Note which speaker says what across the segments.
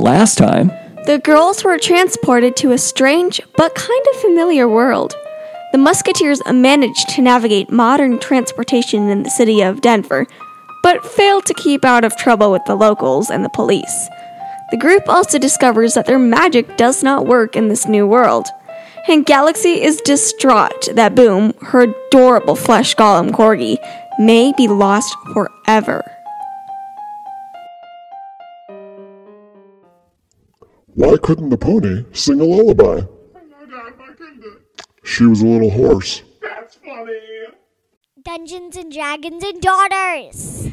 Speaker 1: Last time,
Speaker 2: The girls were transported to a strange but kind of familiar world. The Musketeers managed to navigate modern transportation in the city of Denver, but failed to keep out of trouble with the locals and the police. The group also discovers that their magic does not work in this new world, and Galaxy is distraught that Boom, her adorable flesh golem corgi, may be lost forever.
Speaker 3: Why couldn't the pony sing a lullaby? She was a little hoarse.
Speaker 4: That's funny.
Speaker 5: Dungeons and Dragons and Daughters.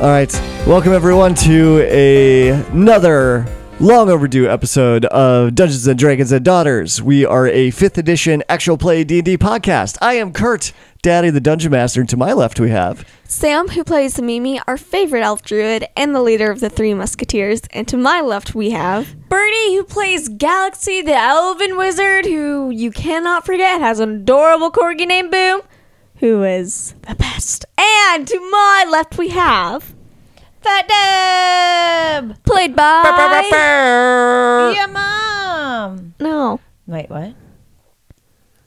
Speaker 6: All right. Welcome, everyone, to a- another long overdue episode of Dungeons and Dragons and Daughters. We are a 5th edition actual play D&D podcast. I am Kurt, Daddy the Dungeon Master, and to my left we have...
Speaker 2: Sam, who plays Mimi, our favorite elf druid and the leader of the Three Musketeers, and to my left we have Bernie, who plays Galaxy, the elven wizard, who you cannot forget has an adorable corgi named Boom, who is the best. And to my left we have Fat Deb, played by
Speaker 7: Your mom.
Speaker 2: no
Speaker 7: Wait, what?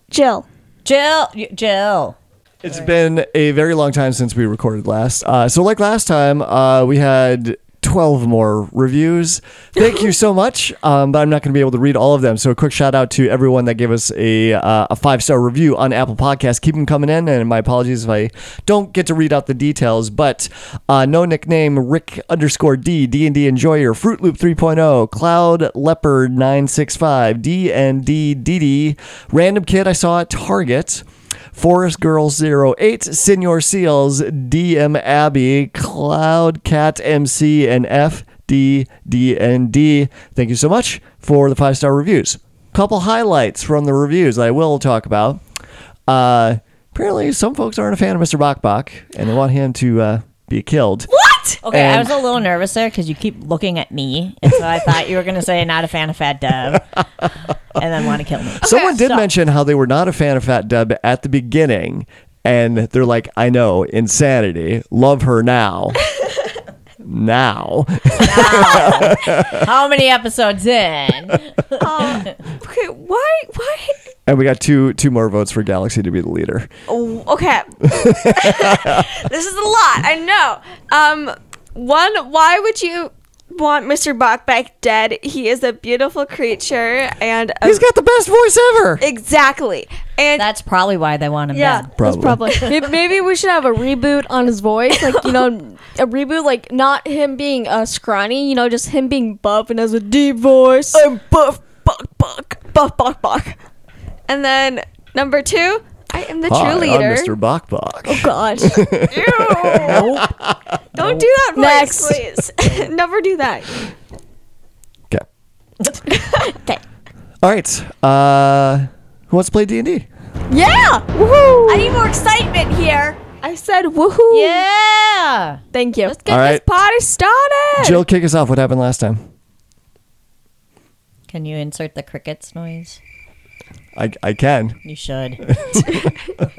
Speaker 2: Jill.
Speaker 7: Jill. y- Jill.
Speaker 6: It's been a very long time since we recorded last. Uh, so, like last time, uh, we had 12 more reviews. Thank you so much. Um, but I'm not going to be able to read all of them. So, a quick shout out to everyone that gave us a, uh, a five star review on Apple Podcasts. Keep them coming in. And my apologies if I don't get to read out the details. But uh, no nickname Rick underscore D, D&D Enjoyer, Fruit Loop 3.0, Cloud Leopard 965, DND DD, Random Kid I saw at Target. Forest Girl 08, Senor Seals, DM Abby, Cloud Cat MC, and FDDND. Thank you so much for the five star reviews. Couple highlights from the reviews that I will talk about. Uh, apparently, some folks aren't a fan of Mr. Bachbach and they want him to uh, be killed.
Speaker 7: Okay, I
Speaker 6: And-
Speaker 7: was a little nervous there because you keep looking at me, and so I thought you were gonna say not a fan of Fat Dub, and then want to kill me.
Speaker 6: Someone did
Speaker 7: so-
Speaker 6: mention how they were not a fan of Fat Dub at the beginning, and they're like, I know, insanity. Love her now. now.
Speaker 7: How many episodes in?
Speaker 2: Okay, why why
Speaker 6: And we got two two more votes for Galaxy to be the leader.
Speaker 2: Oh, okay. this is a lot. I know. Um, one, why would you want Mr. Bachback dead? He is a beautiful creature, and a-
Speaker 6: He's got the best voice ever.
Speaker 2: exactly. And
Speaker 7: That's probably why they want him.
Speaker 8: Yeah,
Speaker 7: dead.
Speaker 6: Probably.
Speaker 8: that's probably. May- Maybe we should have a reboot on his voice, like you know, a reboot, like not him being uh, scrawny, you know, just him being buff and has a deep voice.
Speaker 2: I'm buff, buck, buck, buff, buck, buck. And then number two, I am the
Speaker 6: Hi,
Speaker 2: true
Speaker 6: I'm
Speaker 2: leader. Oh,
Speaker 6: Mr. Bachbach.
Speaker 8: Gosh,
Speaker 2: Don't do that, voice,
Speaker 8: Next.
Speaker 2: please. Never do that.
Speaker 6: Okay. okay. All right. Uh, who wants to play D and D?
Speaker 8: yeah, woohoo!
Speaker 2: I need more excitement here.
Speaker 8: I said woohoo.
Speaker 7: Yeah.
Speaker 8: thank you. Let's
Speaker 6: All right.
Speaker 2: Party started.
Speaker 6: Jill, kick us off. What happened last time?
Speaker 7: Can you insert the crickets noise?
Speaker 6: I I can.
Speaker 7: You should.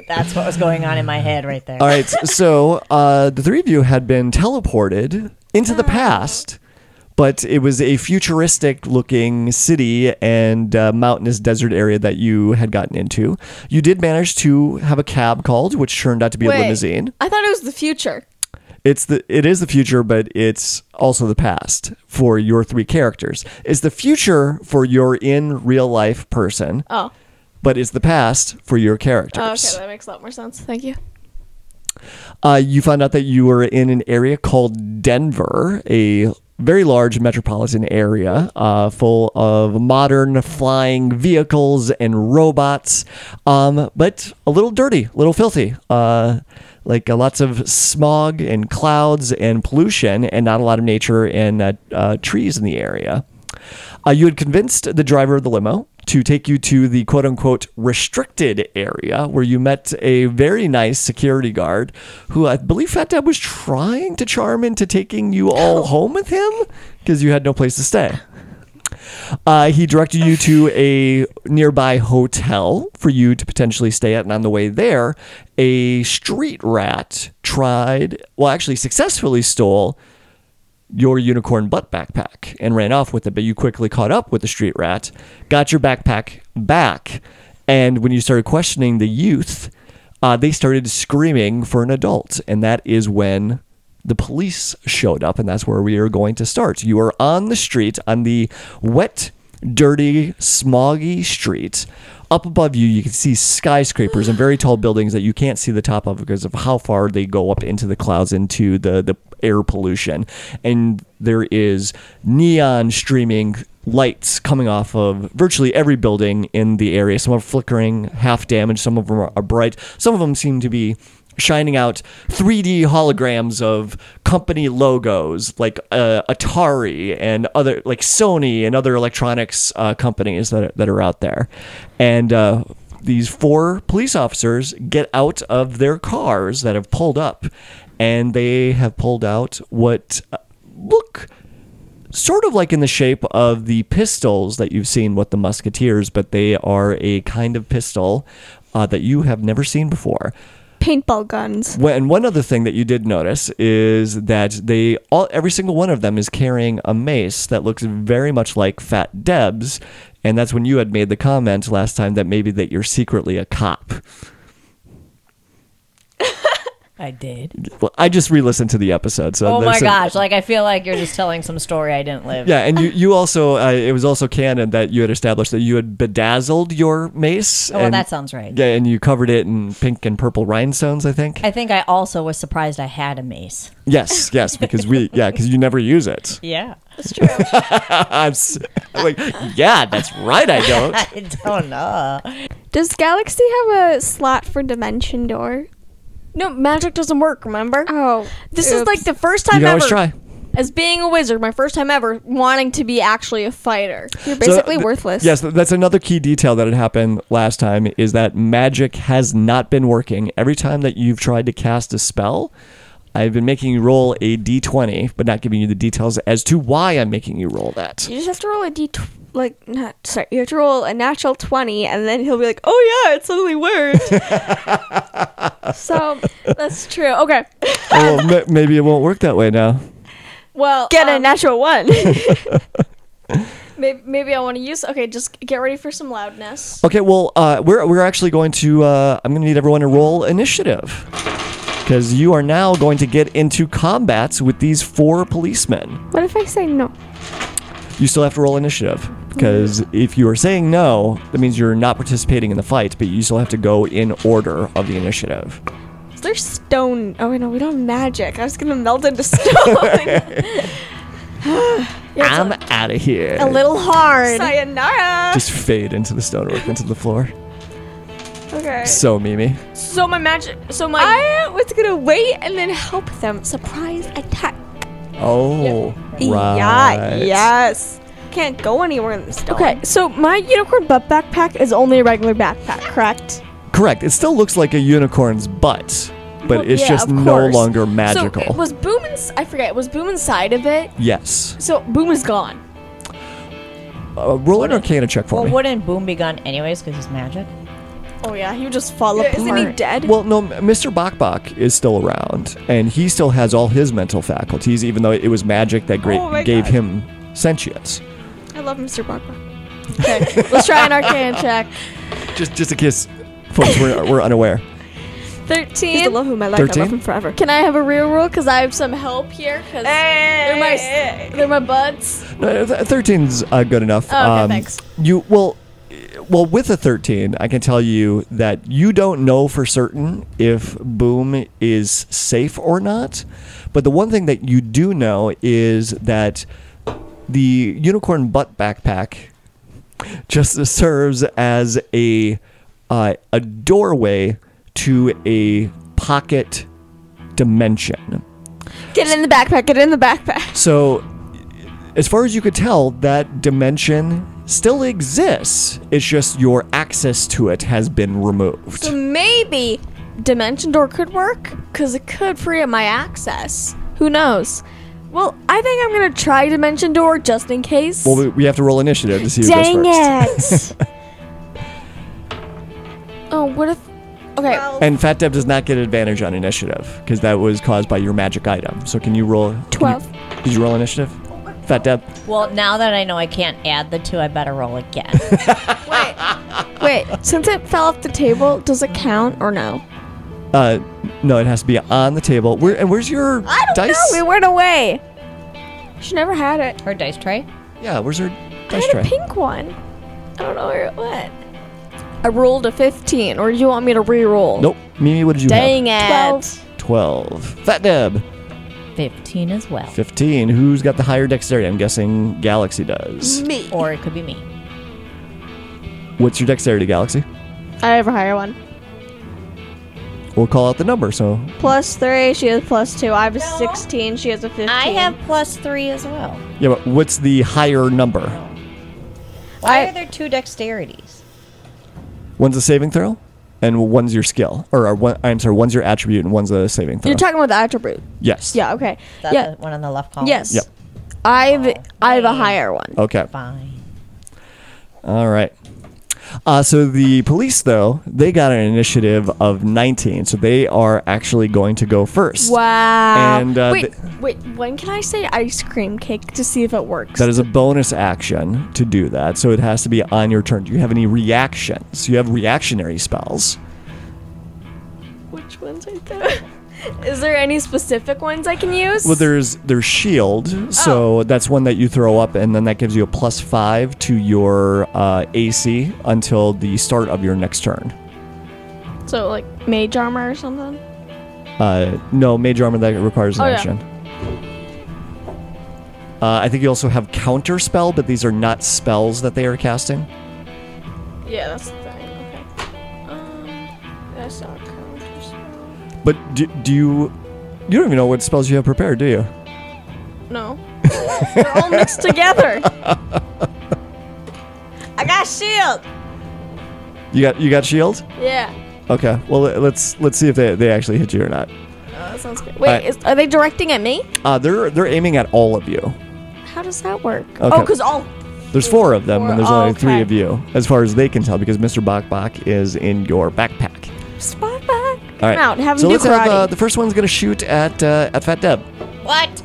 Speaker 7: That's what was going on in my head right there.
Speaker 6: All right. so uh, the three of you had been teleported into
Speaker 8: Oh.
Speaker 6: the past, but it was a futuristic-looking city and uh, mountainous desert area that you had gotten into. You did manage to have a cab called, which turned out to be a limousine.
Speaker 8: I thought it was the future.
Speaker 6: It's the it is the future, but it's also the past for your three characters. It's the future for your in real life person,
Speaker 8: Oh,
Speaker 6: but it's the past for your
Speaker 8: okay,
Speaker 6: characters.
Speaker 8: that makes a lot more sense. Thank you.
Speaker 6: Uh, you found out that you were in an area called Denver, a very large metropolitan area uh, full of modern flying vehicles and robots, um, but a little dirty, a little filthy. Uh, like uh, lots of smog and clouds and pollution, and not a lot of nature and uh, uh, trees in the area. Uh, you had convinced the driver of the limo to take you to the quote unquote restricted area where you met a very nice security guard who I believe Fat Dad was trying to charm into taking you all home with him because you had no place to stay. Uh, he directed you to a nearby hotel for you to potentially stay at, and on the way there, a street rat tried, well, actually successfully stole your unicorn butt backpack and ran off with it. But you quickly caught up with the street rat, got your backpack back, and when you started questioning the youth, uh, they started screaming for an adult, and that is when the police showed up, and that's where we are going to start. You are on the street, on the wet, dirty, smoggy street. Up above you, you can see skyscrapers and very tall buildings that you can't see the top of because of how far they go up into the clouds, into the, the air pollution. And there is neon streaming lights coming off of virtually every building in the area. Some are flickering, half damaged, some of them are bright, some of them seem to be shining out 3D holograms of company logos like uh, Atari and other like Sony and other electronics uh, companies that are, that are out there. And uh, these four police officers get out of their cars that have pulled up and they have pulled out what uh, look sort of like in the shape of the pistols that you've seen with the musketeers but they are a kind of pistol uh, that you have never seen before
Speaker 2: Paintball guns.
Speaker 6: Wh- And one other thing that you did notice is that they all every single one of them is carrying a mace that looks very much like Fat Deb's, and that's when you had made the comment last time that maybe that you're secretly a cop.
Speaker 7: I did.
Speaker 6: Well, I just re-listened to the episode, so
Speaker 7: Oh
Speaker 6: there's
Speaker 7: my
Speaker 6: some-
Speaker 7: gosh! Like I feel like you're just telling some story I didn't live.
Speaker 6: Yeah, and you, you also uh, it was also canon that you had established that you had bedazzled your mace.
Speaker 7: Oh, well,
Speaker 6: and-
Speaker 7: that sounds right.
Speaker 6: Yeah, and you covered it in pink and purple rhinestones, I think.
Speaker 7: I think I also was surprised I had a mace.
Speaker 6: yes, yes, because we yeah, because you never use it.
Speaker 7: Yeah.
Speaker 6: I'm s- like, yeah, that's right, I don't.
Speaker 7: I don't know.
Speaker 2: Does Galaxy have a slot for dimension door?
Speaker 8: No, magic doesn't work, remember?
Speaker 2: Oh,
Speaker 8: this is like the first time
Speaker 6: You can
Speaker 8: ever
Speaker 6: always try.
Speaker 8: as being a wizard, my first time ever wanting to be actually a fighter.
Speaker 2: you're
Speaker 6: So,
Speaker 2: basically
Speaker 6: th-
Speaker 2: worthless.
Speaker 6: Yes, th- that's another key detail that had happened last time is that magic has not been working. Every time that you've tried to cast a spell, I've been making you roll a d20, but not giving you the details as to why I'm making you roll that.
Speaker 2: You just have to roll a d tw- like not sorry. You have to roll a natural twenty, and then he'll be like, "Oh yeah, it suddenly worked." so
Speaker 8: That's true. Okay.
Speaker 6: oh, well, ma- maybe it won't work that way now.
Speaker 8: Well,
Speaker 2: get a
Speaker 8: um,
Speaker 2: natural one.
Speaker 8: maybe, maybe I want to use. Okay, just get ready for some loudness.
Speaker 6: Okay, well, uh, we're we're actually going to. Uh, I'm going to need everyone to roll initiative because you are now going to get into combats with these four policemen.
Speaker 2: what if I say no?
Speaker 6: you still have to roll initiative because if you are saying no, that means you're not participating in the fight, but you still have to go in order of the initiative.
Speaker 2: Is there stone? Oh wait, no, we don't have magic. I was gonna melt into stone.
Speaker 6: I'm out of here.
Speaker 5: A little hard.
Speaker 2: Sayonara.
Speaker 6: Just fade into the stonework into the floor.
Speaker 2: Okay.
Speaker 6: So Mimi,
Speaker 8: So my magic. So my.
Speaker 2: I was gonna wait and then help them. Surprise attack.
Speaker 6: oh
Speaker 2: Yeah.
Speaker 6: right,
Speaker 2: Yes. Can't go anywhere in the stone.
Speaker 6: Um,
Speaker 8: okay, so my unicorn butt backpack is only a regular backpack, correct?
Speaker 6: correct. It still looks like a unicorn's butt, but
Speaker 8: Well,
Speaker 6: it's
Speaker 8: yeah,
Speaker 6: just
Speaker 8: of
Speaker 6: no
Speaker 8: course.
Speaker 6: longer
Speaker 8: So
Speaker 6: magical.
Speaker 8: was Boom ins- I forget. Was Boom inside of it?
Speaker 6: yes,
Speaker 8: So Boom is gone.
Speaker 6: uh, roll an Arcana check for
Speaker 7: Well,
Speaker 6: me.
Speaker 7: wouldn't Boom be gone anyways because he's magic?
Speaker 8: Oh yeah, he would just fall apart.
Speaker 2: Isn't he dead?
Speaker 6: Well, no, Mr. Bachbach is still around, and he still has all his mental faculties, even though it was magic that great
Speaker 2: Oh my
Speaker 6: gave
Speaker 2: God.
Speaker 6: him sentience.
Speaker 2: I love Mr. Bogman.
Speaker 8: Okay, let's try an arcana check.
Speaker 6: Just, just a kiss, folks. We're, we're unaware.
Speaker 2: He's the
Speaker 8: Thirteen.
Speaker 2: love whom I like. I
Speaker 6: 13?
Speaker 2: love him forever.
Speaker 8: Can I have a real roll? Cause I have some help here. Cause they're my s- they're my buds.
Speaker 6: No, th- Thirteen's uh, good enough.
Speaker 8: Oh, okay, thanks.
Speaker 6: You well, eh, well with a thirteen, I can tell you that you don't know for certain if Boom is safe or not. But the one thing that you do know is that the unicorn butt backpack just serves as a uh, a doorway to a pocket dimension.
Speaker 2: Get it in the backpack. Get it in the backpack.
Speaker 6: So, as far as you could tell, that dimension still exists. It's just your access to it has been removed.
Speaker 8: So maybe Dimension Door could work because it could free up my access. Who knows? Well, I think I'm gonna try Dimension Door just in case.
Speaker 6: well, we- we have to roll initiative to see who
Speaker 5: Dang
Speaker 6: goes first.
Speaker 5: it.
Speaker 8: oh, what if? Okay,
Speaker 6: And Fat Deb does not get advantage on initiative because that was caused by your magic item. So can you roll? can you-
Speaker 8: Twelve.
Speaker 6: did you roll initiative? Fat Deb.
Speaker 7: Well, now that I know I can't add the two, I better roll again.
Speaker 8: wait. Since it fell off the table, does it count or no?
Speaker 6: Uh, no, it has to be on the table. Where and where's your dice?
Speaker 8: No, it went away. She never had it.
Speaker 7: Her dice tray.
Speaker 6: Yeah, where's her
Speaker 8: I
Speaker 6: dice
Speaker 8: had a
Speaker 6: tray?
Speaker 8: pink one. I don't know where it went. I rolled a 15, or do you want me to re-roll?
Speaker 6: Nope. Mimi, what did you
Speaker 8: Dang it.
Speaker 6: have?
Speaker 5: Twelve.
Speaker 6: Twelve. Fat Deb.
Speaker 7: 15 as well.
Speaker 6: Fifteen. Who's got the higher dexterity? I'm guessing Galaxy does.
Speaker 8: Me.
Speaker 7: Or it could be me.
Speaker 6: What's your dexterity, Galaxy?
Speaker 2: I have a higher one.
Speaker 6: We'll call out the number. So
Speaker 2: Plus three, she has plus two. I have a 16, she has a 15.
Speaker 7: I have plus three as well.
Speaker 6: yeah, but what's the higher number?
Speaker 7: Why are there two dexterities?
Speaker 6: One's a saving throw, and one's your skill, or, or one, I'm sorry, one's your attribute, and one's a saving throw.
Speaker 8: You're talking about the attribute.
Speaker 6: yes.
Speaker 8: Yeah, okay.
Speaker 7: That's
Speaker 8: yeah.
Speaker 7: the one on the left column.
Speaker 8: Yes.
Speaker 6: Yep.
Speaker 8: I've I have a
Speaker 7: dang.
Speaker 8: higher one.
Speaker 6: Okay.
Speaker 7: Fine.
Speaker 6: All right. Uh, so the police, though, they got an initiative of 19, so they are actually going to go first.
Speaker 8: Wow.
Speaker 6: And, uh,
Speaker 8: wait, wait. When can I say ice cream cake to see if it works?
Speaker 6: That is a bonus action to do that, so it has to be on your turn. Do you have any reactions? You have reactionary spells.
Speaker 8: Which ones are there? is there any specific ones I can use?
Speaker 6: Well, there's there's shield,
Speaker 8: Oh.
Speaker 6: so that's one that you throw up, and then that gives you a plus five to your uh, AC until the start of your next turn.
Speaker 8: so like mage armor or something.
Speaker 6: Uh, no, mage armor that requires an
Speaker 8: Oh, yeah.
Speaker 6: action. Uh, I think you also have counter spell, but these are not spells that they are casting.
Speaker 8: Yeah, that's the thing. Okay. Um, that's not counter.
Speaker 6: But do, do you you don't even know what spells you have prepared, do you?
Speaker 8: No, they're all mixed together. I got shield.
Speaker 6: You got you got shield.
Speaker 8: Yeah.
Speaker 6: Okay. Well, le- let's let's see if they, they actually hit you or not.
Speaker 8: Oh, that sounds good. Wait,
Speaker 6: Alright.
Speaker 8: is, are they directing at me?
Speaker 6: Uh, they're they're aiming at all of you.
Speaker 8: How does that work?
Speaker 6: Okay.
Speaker 8: Oh, because all.
Speaker 6: There's four of them, and there's
Speaker 8: Four. Oh,
Speaker 6: only three
Speaker 8: okay.
Speaker 6: of you, as far as they can tell, because Mr. Bok Bok is in your backpack.
Speaker 8: Spot back.
Speaker 6: All right.
Speaker 8: Out, have
Speaker 6: so
Speaker 8: him do
Speaker 6: let's have uh,
Speaker 8: karate.
Speaker 6: the first one's going to shoot at uh, at Fat Deb.
Speaker 7: What?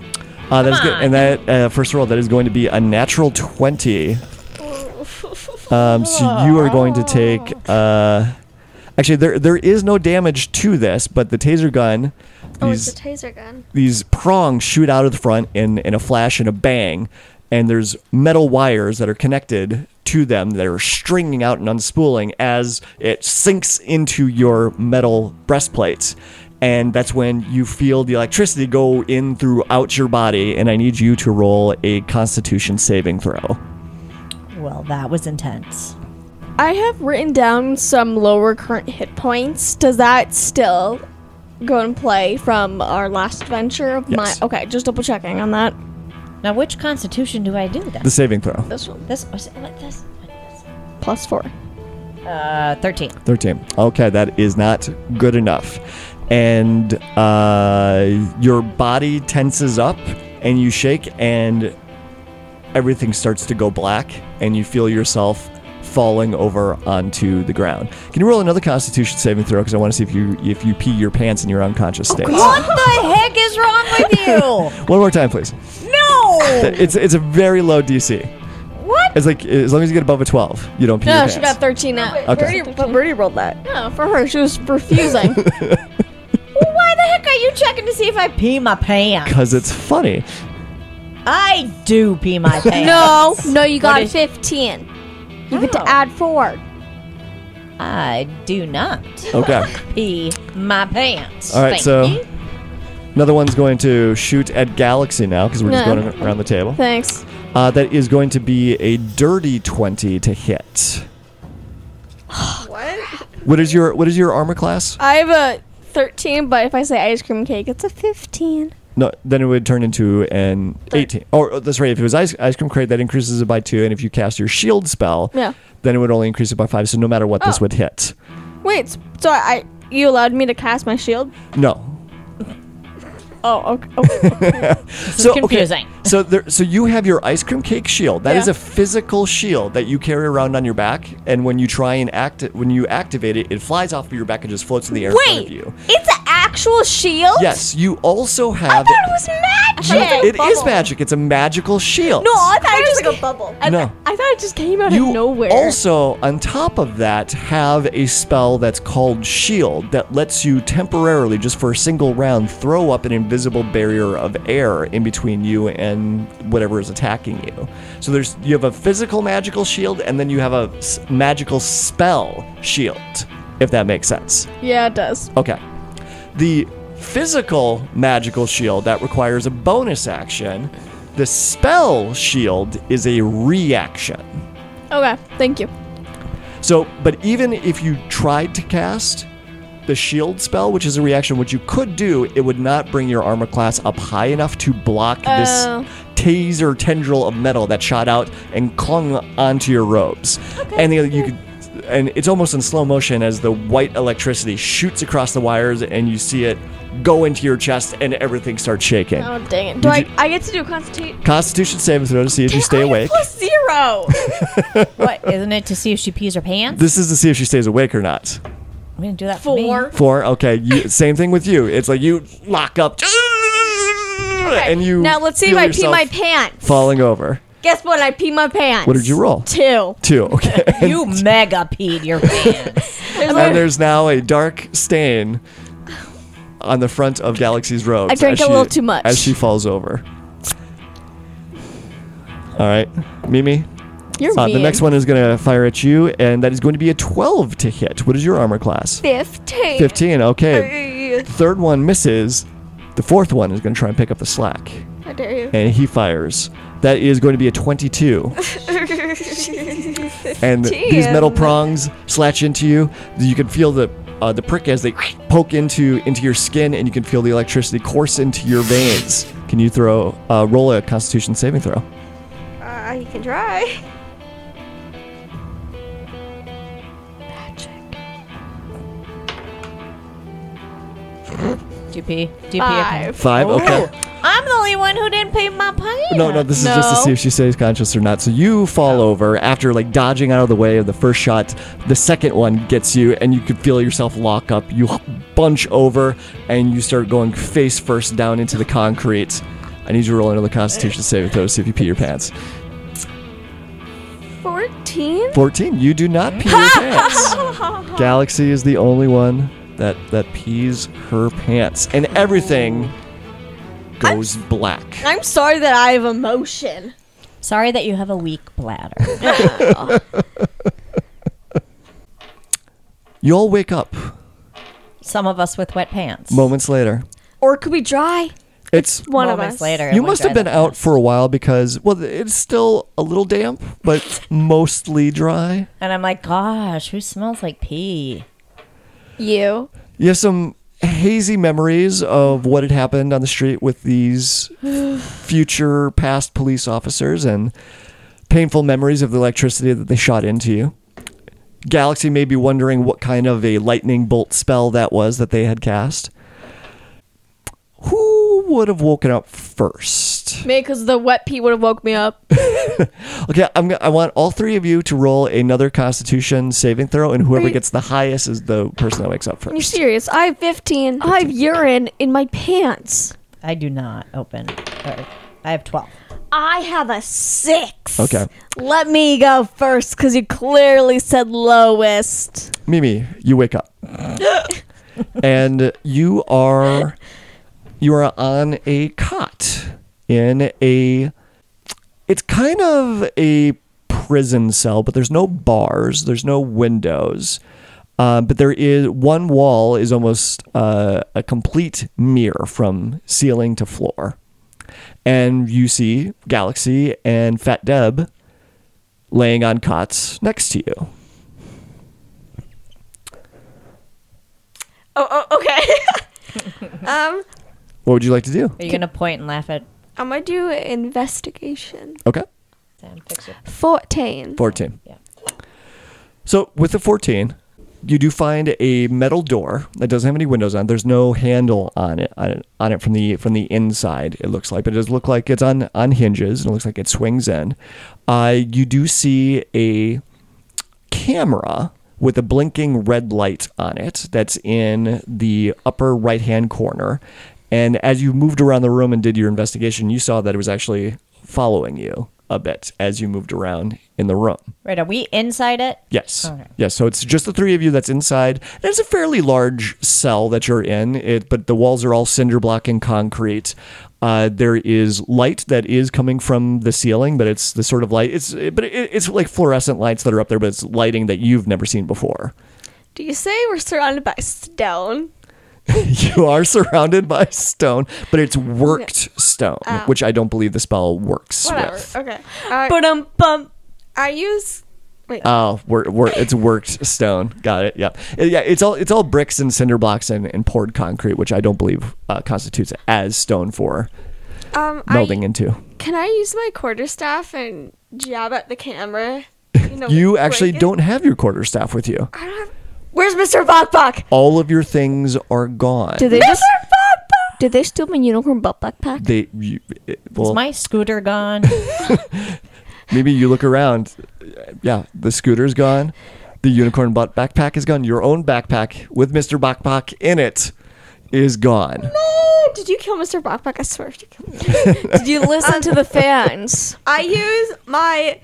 Speaker 6: Uh, that is
Speaker 7: Come
Speaker 6: good. And
Speaker 7: on.
Speaker 6: that uh, first roll, that is going to be a natural 20. Um, so you are going to take. Uh, actually, there there is no damage to this, but the taser gun.
Speaker 8: Oh,
Speaker 6: These,
Speaker 2: taser gun.
Speaker 6: these prongs shoot out of the front in, in a flash and a bang, and there's metal wires that are connected to them that are stringing out and unspooling as it sinks into your metal breastplates. And that's when you feel the electricity go in throughout your body, and I need you to roll a constitution saving throw.
Speaker 7: Well, that was intense.
Speaker 8: I have written down some lower current hit points. Does that still go and play from our last adventure of
Speaker 6: Yes.
Speaker 8: my okay, just double checking on that.
Speaker 7: Now, which constitution do I do then?
Speaker 6: The saving throw.
Speaker 8: This one.
Speaker 7: This, was it- what, this, what, this?
Speaker 8: Plus four.
Speaker 7: Uh, 13.
Speaker 6: 13. Okay, that is not good enough. And uh, your body tenses up and you shake, and everything starts to go black, and you feel yourself falling over onto the ground. Can you roll another Constitution saving throw? Because I want to see if you if you pee your pants in your unconscious
Speaker 8: Oh,
Speaker 6: state.
Speaker 7: What the heck is wrong with
Speaker 6: One more time, please.
Speaker 7: you?
Speaker 8: Oh.
Speaker 7: no!
Speaker 6: It's it's a very low DC.
Speaker 7: What?
Speaker 6: It's like as long as you get above a 12, you don't pee
Speaker 8: No,
Speaker 6: your
Speaker 8: she
Speaker 6: pants.
Speaker 8: got thirteen now.
Speaker 6: Okay.
Speaker 8: Birdie, but Birdie rolled that. No, for her, she was refusing.
Speaker 7: Why the heck are you checking to see if I pee my pants?
Speaker 6: Because it's funny.
Speaker 7: I do pee my pants.
Speaker 8: no, no, you got
Speaker 7: What is-
Speaker 8: fifteen. You get to
Speaker 7: How?
Speaker 8: add four.
Speaker 7: I do not
Speaker 6: Okay.
Speaker 7: pee my pants.
Speaker 6: All right,
Speaker 7: Thank
Speaker 6: so
Speaker 7: you.
Speaker 6: another one's going to shoot at Galaxy now because we're just
Speaker 8: No.
Speaker 6: going around the table.
Speaker 8: Thanks.
Speaker 6: Uh, that is going to be a dirty twenty to hit. What? What is your What is your armor class?
Speaker 8: I have a thirteen, but if I say ice cream cake, it's a fifteen.
Speaker 6: No, then it would turn into an eighteen. Or oh, that's right. If it was ice, ice cream crate, that increases it by two. And if you cast your shield spell,
Speaker 8: Yeah.
Speaker 6: then it would only increase it by five. So no matter what, this
Speaker 8: Oh.
Speaker 6: would hit.
Speaker 8: Wait, s- so I, I you allowed me to cast my shield?
Speaker 6: No.
Speaker 8: Oh, okay. okay.
Speaker 7: This is confusing.
Speaker 6: Okay, so there, so you have your ice cream cake shield. That is
Speaker 8: Yeah.
Speaker 6: a physical shield that you carry around on your back, and when you try and act when you activate it, it flies off of your back and just floats in the air in front
Speaker 8: Wait,
Speaker 6: of you.
Speaker 8: it's an actual shield?
Speaker 6: Yes, you also have.
Speaker 8: I thought it was magic.
Speaker 6: It is magic. It's a magical shield.
Speaker 8: No, I thought it was like a bubble. I,
Speaker 6: No.
Speaker 8: I thought it just came out
Speaker 6: you
Speaker 8: of nowhere.
Speaker 6: also, on top of that, have a spell that's called Shield that lets you temporarily, just for a single round, throw up an invisible barrier of air in between you and whatever is attacking you. So there's you have a physical magical shield, and then you have a s- magical spell shield, if that makes sense.
Speaker 8: yeah, it does.
Speaker 6: Okay. The physical magical shield that requires a bonus action. The spell shield is a reaction.
Speaker 8: Okay, thank you.
Speaker 6: So, but even if you tried to cast the shield spell, which is a reaction, which you could do, it would not bring your armor class up high enough to block
Speaker 8: Oh.
Speaker 6: this taser tendril of metal that shot out and clung onto your robes. and the, you could. And it's almost in slow motion as the white electricity shoots across the wires, and you see it go into your chest, and everything starts shaking.
Speaker 8: Oh, dang it. Do
Speaker 6: Did
Speaker 8: I,
Speaker 6: you-
Speaker 8: I get to do a constitution?
Speaker 6: Constitution saving throw to see if you stay awake.
Speaker 8: Plus zero.
Speaker 7: what isn't it to see if she pees her pants?
Speaker 6: This is to see if she stays awake or not.
Speaker 7: I'm gonna do that for me.
Speaker 8: Four.
Speaker 6: Four. Okay. You, same thing with you. It's like you lock up, and you
Speaker 8: Now let's see if
Speaker 6: feel
Speaker 8: I pee
Speaker 6: yourself
Speaker 8: my pants.
Speaker 6: Falling over.
Speaker 8: Guess what? I pee my pants.
Speaker 6: What did you roll?
Speaker 8: Two.
Speaker 6: Two. Okay.
Speaker 7: You mega peed your pants.
Speaker 8: There's
Speaker 6: and
Speaker 8: like-
Speaker 6: there's now a dark stain on the front of Galaxy's robes.
Speaker 8: I drank
Speaker 6: as
Speaker 8: a little too much.
Speaker 6: as she falls over. All right, Mimi.
Speaker 8: You're
Speaker 6: Uh,
Speaker 8: mean.
Speaker 6: the next one is going to fire at you, and that is going to be a 12 to hit. What is your armor class?
Speaker 8: Fifteen.
Speaker 6: 15. Okay. Third one misses. The fourth one is going to try and pick up the slack.
Speaker 8: How dare you?
Speaker 6: and he fires. That is going to be a 22. and these metal prongs slash into you. You can feel the uh, the prick as they poke into into your skin, and you can feel the electricity course into your veins. Can you throw uh, roll a Constitution saving throw?
Speaker 2: I can try.
Speaker 7: Do you pee? Do you pee?
Speaker 8: Five.
Speaker 6: Five. Okay.
Speaker 8: Oh.
Speaker 7: I'm the only one who didn't pee my pants.
Speaker 6: No, no, this is just to
Speaker 8: No.
Speaker 6: see if she stays conscious or not. So you fall over after like dodging out of the way of the first shot. The second one gets you, and you could feel yourself lock up. You bunch over, and you start going face first down into the concrete. I need you to roll another Constitution saving throw to see if you pee your pants.
Speaker 8: Fourteen.
Speaker 6: 14. You do not pee your pants. Galaxy is the only one that that pees her pants, and everything
Speaker 8: Oh.
Speaker 6: goes black.
Speaker 8: I'm sorry that I have emotion.
Speaker 7: Sorry that you have a weak bladder.
Speaker 6: You all wake up
Speaker 7: Some of us with wet pants.
Speaker 6: moments later.
Speaker 8: Or it could be dry.
Speaker 6: It's
Speaker 8: One
Speaker 7: Moments
Speaker 8: of us.
Speaker 7: later.
Speaker 6: You
Speaker 7: we
Speaker 6: must
Speaker 7: dry
Speaker 6: have been
Speaker 7: the-
Speaker 6: out for a while because, well, it's still a little damp, but mostly dry.
Speaker 7: And I'm like, gosh, who smells like pee?
Speaker 8: You.
Speaker 6: You have some hazy memories of what had happened on the street with these future past police officers and painful memories of the electricity that they shot into you. Galaxy may be wondering what kind of a lightning bolt spell that was that they had cast. Who would have woken up first?
Speaker 8: Me, because the wet pee would have woke me up.
Speaker 6: Okay, I'm. go- I want all three of you to roll another Constitution saving throw, and whoever
Speaker 8: you-
Speaker 6: gets the highest is the person that wakes up
Speaker 8: You're
Speaker 6: first.
Speaker 8: serious? I have 15. I have urine in my pants.
Speaker 7: I do not open. or- I have 12.
Speaker 8: I have a six.
Speaker 6: Okay,
Speaker 8: Let me go first because you clearly said lowest.
Speaker 6: Mimi, you wake up, and you are you are on a cot in a. It's kind of a prison cell, but there's no bars, there's no windows, uh, but there is one wall is almost uh, a complete mirror from ceiling to floor. and you see Galaxy and Fat Deb laying on cots next to you.
Speaker 2: Oh, oh okay. um,
Speaker 6: What would you like to do?
Speaker 7: Are you gonna point and laugh at
Speaker 2: I'm gonna do investigation.
Speaker 6: Okay.
Speaker 7: Sam? Fix it.
Speaker 2: 14.
Speaker 6: 14.
Speaker 7: Yeah.
Speaker 6: So with the 14, you do find a metal door that doesn't have any windows on. it. There's no handle on it on it, on it from the from the inside. It looks like, but it does look like it's on on hinges and it looks like it swings in. Uh, you do see a camera with a blinking red light on it that's in the upper right hand corner. And as you moved around the room and did your investigation, you saw that it was actually following you a bit as you moved around in the room.
Speaker 7: Right? Are we inside it?
Speaker 6: Yes.
Speaker 7: Okay.
Speaker 6: Yes. So it's just the three of you that's inside. And it's a fairly large cell that you're in. It, but the walls are all cinder block and concrete. Uh, there is light that is coming from the ceiling, but it's the sort of light. It's but it, it's like fluorescent lights that are up there, but it's lighting that you've never seen before.
Speaker 2: Do you say we're surrounded by stone?
Speaker 6: you are surrounded by stone, but it's worked stone, which I don't believe the spell works
Speaker 2: Whatever.
Speaker 6: with.
Speaker 2: Okay. Uh,
Speaker 8: But um, bump.
Speaker 2: I use. Wait.
Speaker 6: Oh, we're, we're, it's worked stone. Got it. Yep. Uh, Yeah. It's all it's all bricks and cinder blocks and, and poured concrete, which I don't believe uh, constitutes as stone for
Speaker 2: um, I-
Speaker 6: melding into.
Speaker 2: can I use my quarterstaff and jab at the camera? know,
Speaker 6: You
Speaker 2: like,
Speaker 6: actually
Speaker 2: break it?
Speaker 6: don't have your quarter staff with you.
Speaker 2: I don't have. Where's Mr. Bokbok?
Speaker 6: All of your things are gone.
Speaker 2: Did they just?
Speaker 8: Did they steal my unicorn butt backpack?
Speaker 6: they you, it- well
Speaker 7: Is my scooter gone?
Speaker 6: maybe you look around. Yeah, the scooter's gone. The unicorn butt backpack is gone. Your own backpack with Mr. Backpack in it is gone.
Speaker 2: Ah, Did you kill Mr. Bokbok? I swear you killed. Him.
Speaker 8: Did you listen to the fans?
Speaker 2: I use my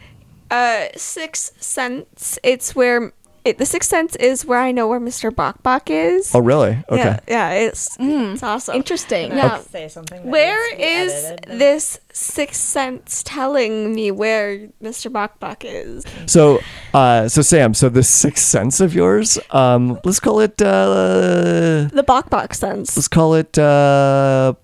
Speaker 2: uh sixth sense. It's where it, the sixth sense is where I know where Mr. Bokbok is.
Speaker 6: Oh, really? Okay.
Speaker 2: Yeah, yeah, it's it's awesome.
Speaker 8: Interesting.
Speaker 2: Yeah.
Speaker 8: Yeah.
Speaker 7: Say something. that
Speaker 2: Where
Speaker 7: needs
Speaker 2: is
Speaker 7: to be edited.
Speaker 2: this sixth sense telling me where Mr. Bokbok is?
Speaker 6: So, uh, so Sam, so this sixth sense of yours, um, let's call it, uh,
Speaker 2: The Bokbok sense.
Speaker 6: let's call it uh,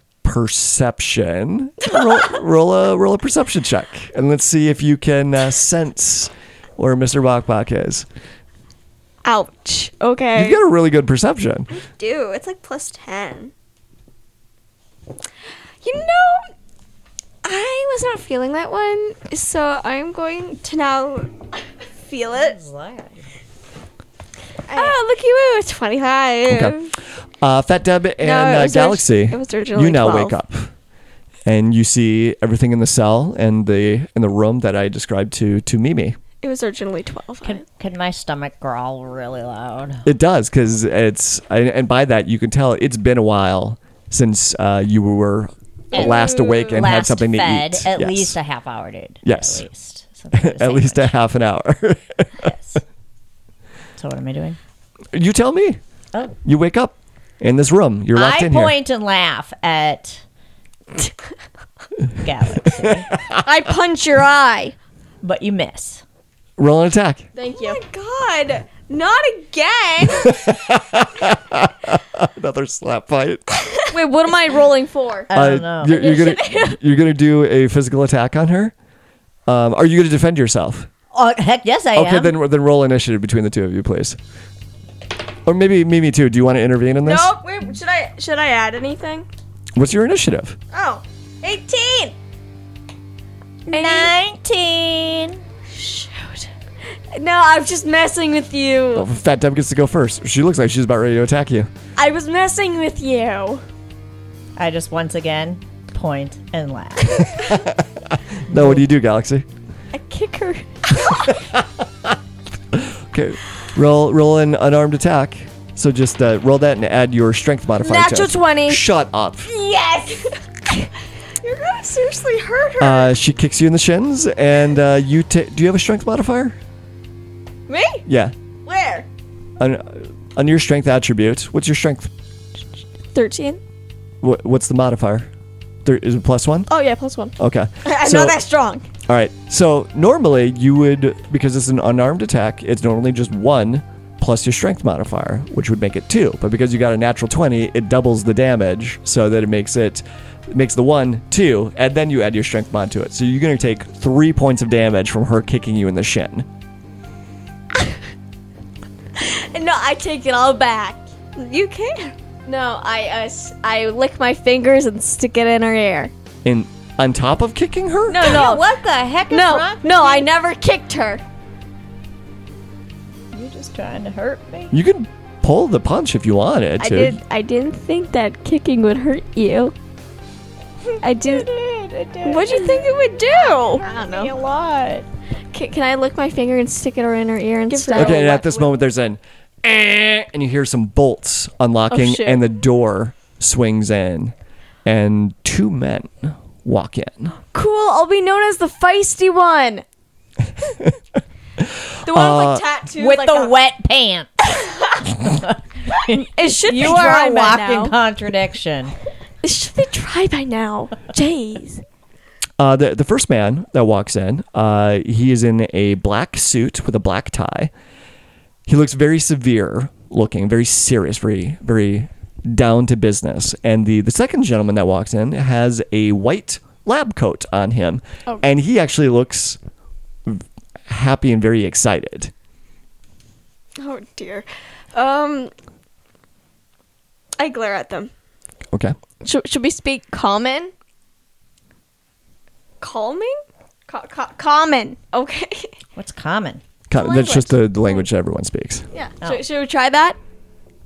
Speaker 6: perception. Roll, roll a roll a perception check, and let's see if you can uh, sense where Mr. Bokbok is.
Speaker 2: Ouch.
Speaker 6: You've
Speaker 2: Okay.
Speaker 6: got a really good perception.
Speaker 2: do. It's like plus 10. You know, I was not feeling that one, so I'm going to now feel it. Oh, look you, it's 25.
Speaker 6: Okay. Uh, Fat Deb and
Speaker 2: it
Speaker 6: uh,
Speaker 2: was orig-
Speaker 6: Galaxy,
Speaker 2: it was originally
Speaker 6: you now
Speaker 2: 12.
Speaker 6: wake up, and you see everything in the cell and the in the room that I described to to Mimi.
Speaker 2: It was originally 12.
Speaker 7: Can, can my stomach growl really loud?
Speaker 6: It does because it's and, and by that you can tell it's been a while since uh, you were last awake and had
Speaker 7: Last
Speaker 6: something
Speaker 7: fed,
Speaker 6: to eat.
Speaker 7: At
Speaker 6: Yes.
Speaker 7: least a half hour, dude.
Speaker 6: Yes.
Speaker 7: At least. Something to say.
Speaker 6: at least a half an hour.
Speaker 7: Yes. So what am I doing?
Speaker 6: you tell me.
Speaker 7: Oh.
Speaker 6: You wake up in this room. You're locked
Speaker 7: I
Speaker 6: in
Speaker 7: point and laugh at Galaxy,
Speaker 8: I punch your eye.
Speaker 7: but you miss.
Speaker 6: here. Roll an attack.
Speaker 8: Thank you.
Speaker 2: Oh my god, not again!
Speaker 6: Another slap fight.
Speaker 8: Wait, what am I rolling for?
Speaker 7: I don't know.
Speaker 6: Uh, You're, you're gonna you're gonna do a physical attack on her. Um, are you gonna defend yourself?
Speaker 7: oh, heck yes, I
Speaker 6: Okay,
Speaker 7: am.
Speaker 6: then then roll initiative between the two of you, please. Or maybe Mimi too. Do you want to intervene in this?
Speaker 2: nope, wait, should I should I add anything?
Speaker 6: What's your initiative?
Speaker 2: Oh, 18!
Speaker 5: 19.
Speaker 2: No, I'm just messing with you.
Speaker 6: Oh, Fat Deb gets to go first. She looks like she's about ready to attack you.
Speaker 2: I was messing with you.
Speaker 7: I just once again point and laugh.
Speaker 6: No, what do you do, Galaxy?
Speaker 2: I kick her.
Speaker 6: Okay, roll roll an unarmed attack. So just uh, roll that and add your strength modifier.
Speaker 8: Natural
Speaker 6: to it.
Speaker 8: 20.
Speaker 6: Shut up.
Speaker 2: Yes! You're gonna seriously hurt her.
Speaker 6: Uh, she kicks you in the shins, and uh, you ta do you have a strength modifier?
Speaker 2: Me?
Speaker 6: Yeah,
Speaker 2: Where?
Speaker 6: on, on your strength attribute. What's your strength?
Speaker 8: 13.
Speaker 6: What, what's the modifier? There is it plus one.
Speaker 8: Oh, yeah, plus one.
Speaker 6: Okay.
Speaker 2: I'm
Speaker 6: So-
Speaker 2: not that strong.
Speaker 6: All right. So normally you would, because it's an unarmed attack, it's normally just one plus your strength modifier, which would make it two. But because you got a natural twenty, it doubles the damage, so that it makes it it makes the one two, and then you add your strength mod to it. So you're going to take three points of damage from her kicking you in the shin.
Speaker 2: No, I take it all back. You can.
Speaker 8: No, I uh, s- I lick my fingers and stick it in her ear.
Speaker 6: In on top of kicking her?
Speaker 8: No, no,
Speaker 7: What the heck is
Speaker 8: no,
Speaker 7: wrong?
Speaker 8: no! I never kicked her.
Speaker 7: You're just trying to hurt me.
Speaker 6: You can pull the punch if you wanted to.
Speaker 8: I did. I didn't think that kicking would hurt you. I did. What do you think it would do? I don't
Speaker 7: A lot.
Speaker 8: Can, can I lick my finger and stick it in her ear and stuff?
Speaker 6: Okay, and at this moment there's an "Eh," and you hear some bolts unlocking
Speaker 8: Oh, shit.
Speaker 6: and the door swings in and two men walk in.
Speaker 8: Cool. I'll be known as the feisty one. the one with like tattoos.
Speaker 7: With
Speaker 8: like
Speaker 7: the
Speaker 8: a-
Speaker 7: wet pants.
Speaker 8: It should
Speaker 7: You
Speaker 8: be dry
Speaker 7: are a
Speaker 8: by
Speaker 7: walking
Speaker 8: now.
Speaker 7: contradiction.
Speaker 8: It should be dry by now. Jeez.
Speaker 6: Uh, the, the first man that walks in, uh, he is in a black suit with a black tie. He looks very severe looking, very serious, very, very down to business. And the, the second gentleman that walks in has a white lab coat on him.
Speaker 8: Oh.
Speaker 6: And he actually looks v- happy and very excited.
Speaker 8: Oh dear. Um. I glare at them.
Speaker 6: Okay.
Speaker 8: Should, should we speak common? Calming? Co- co- common. Okay.
Speaker 7: What's common?
Speaker 6: Kind of- that's just the, the language that everyone speaks.
Speaker 8: yeah. Should, should we try that?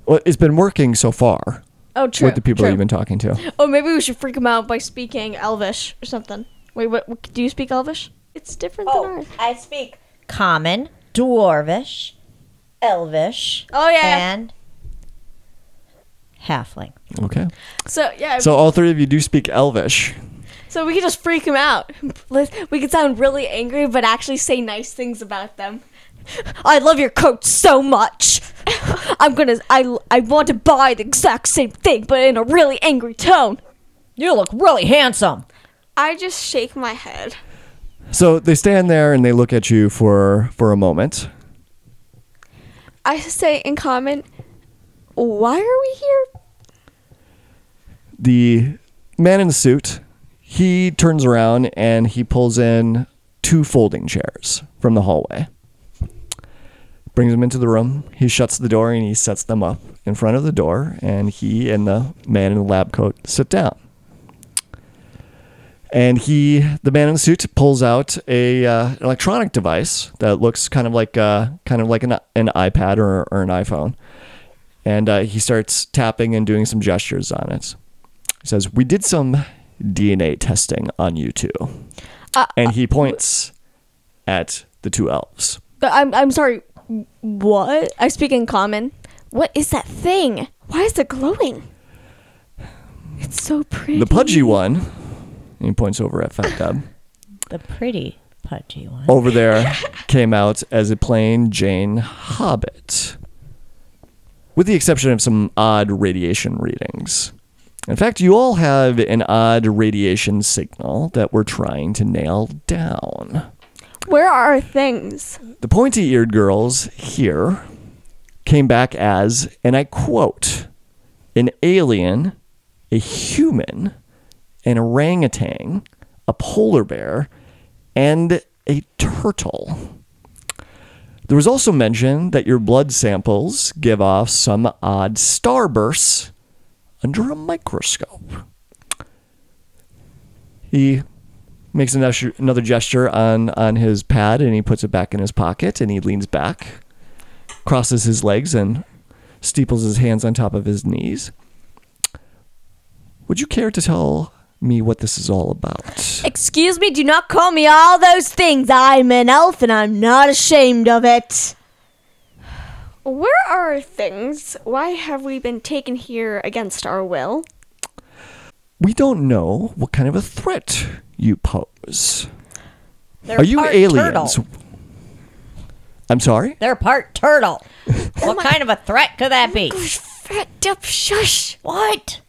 Speaker 6: Well, it's been working so far
Speaker 8: Oh, true.
Speaker 6: with the people
Speaker 8: true.
Speaker 6: that you've been talking to.
Speaker 8: Oh, maybe we should freak them out by speaking Elvish or something. Wait, what? what do you speak Elvish? Oh. It's different than ours.
Speaker 7: I speak common, dwarvish, elvish.
Speaker 8: Oh, yeah.
Speaker 7: and halfling.
Speaker 6: Okay.
Speaker 8: So yeah.
Speaker 6: So all three of you do speak Elvish.
Speaker 8: So we could just freak them out. Let's- We could sound really angry, but actually say nice things about them. I love your coat so much. I'm gonna. I I want to buy the exact same thing, but in a really angry tone.
Speaker 7: You look really handsome.
Speaker 8: I just shake my head.
Speaker 6: So they stand there and they look at you for for a moment.
Speaker 8: I say in common, "Why are we here?"
Speaker 6: The man in the suit, he turns around and he pulls in two folding chairs from the hallway. Brings them into the room. He shuts the door and he sets them up in front of the door and he and the man in the lab coat sit down. And he, the man in the suit, pulls out a uh, an electronic device that looks kind of like uh, kind of like an, an iPad or, or an iPhone. and uh, he starts tapping and doing some gestures on it. He says, "We did some DNA testing on you two," and he points at the two elves.
Speaker 8: I'm I'm sorry. What? I speak in common. What is that thing? Why is it glowing? It's so pretty.
Speaker 6: The pudgy one, and he points over at Fat Dub.
Speaker 7: The pretty pudgy one.
Speaker 6: Over there came out as a plain Jane Hobbit, with the exception of some odd radiation readings. In fact, you all have an odd radiation signal that we're trying to nail down.
Speaker 8: Where are our things?
Speaker 6: The pointy eared girls here came back as, and I quote, an alien, a human, an orangutan, a polar bear, and a turtle. There was also mention that your blood samples give off some odd starbursts under a microscope. He makes another, another gesture on, on his pad and he puts it back in his pocket and he leans back, crosses his legs, and steeples his hands on top of his knees. Would you care to tell me what this is all about?
Speaker 8: Excuse me, do not call me all those things. I'm an elf and I'm not ashamed of it. Where are our things? Why have we been taken here against our will?
Speaker 6: We don't know what kind of a threat you pose. Are you
Speaker 7: part
Speaker 6: aliens?
Speaker 7: turtle.
Speaker 6: I'm sorry?
Speaker 7: They're part turtle. what kind of a threat could that be?
Speaker 8: Fat up shush.
Speaker 7: What?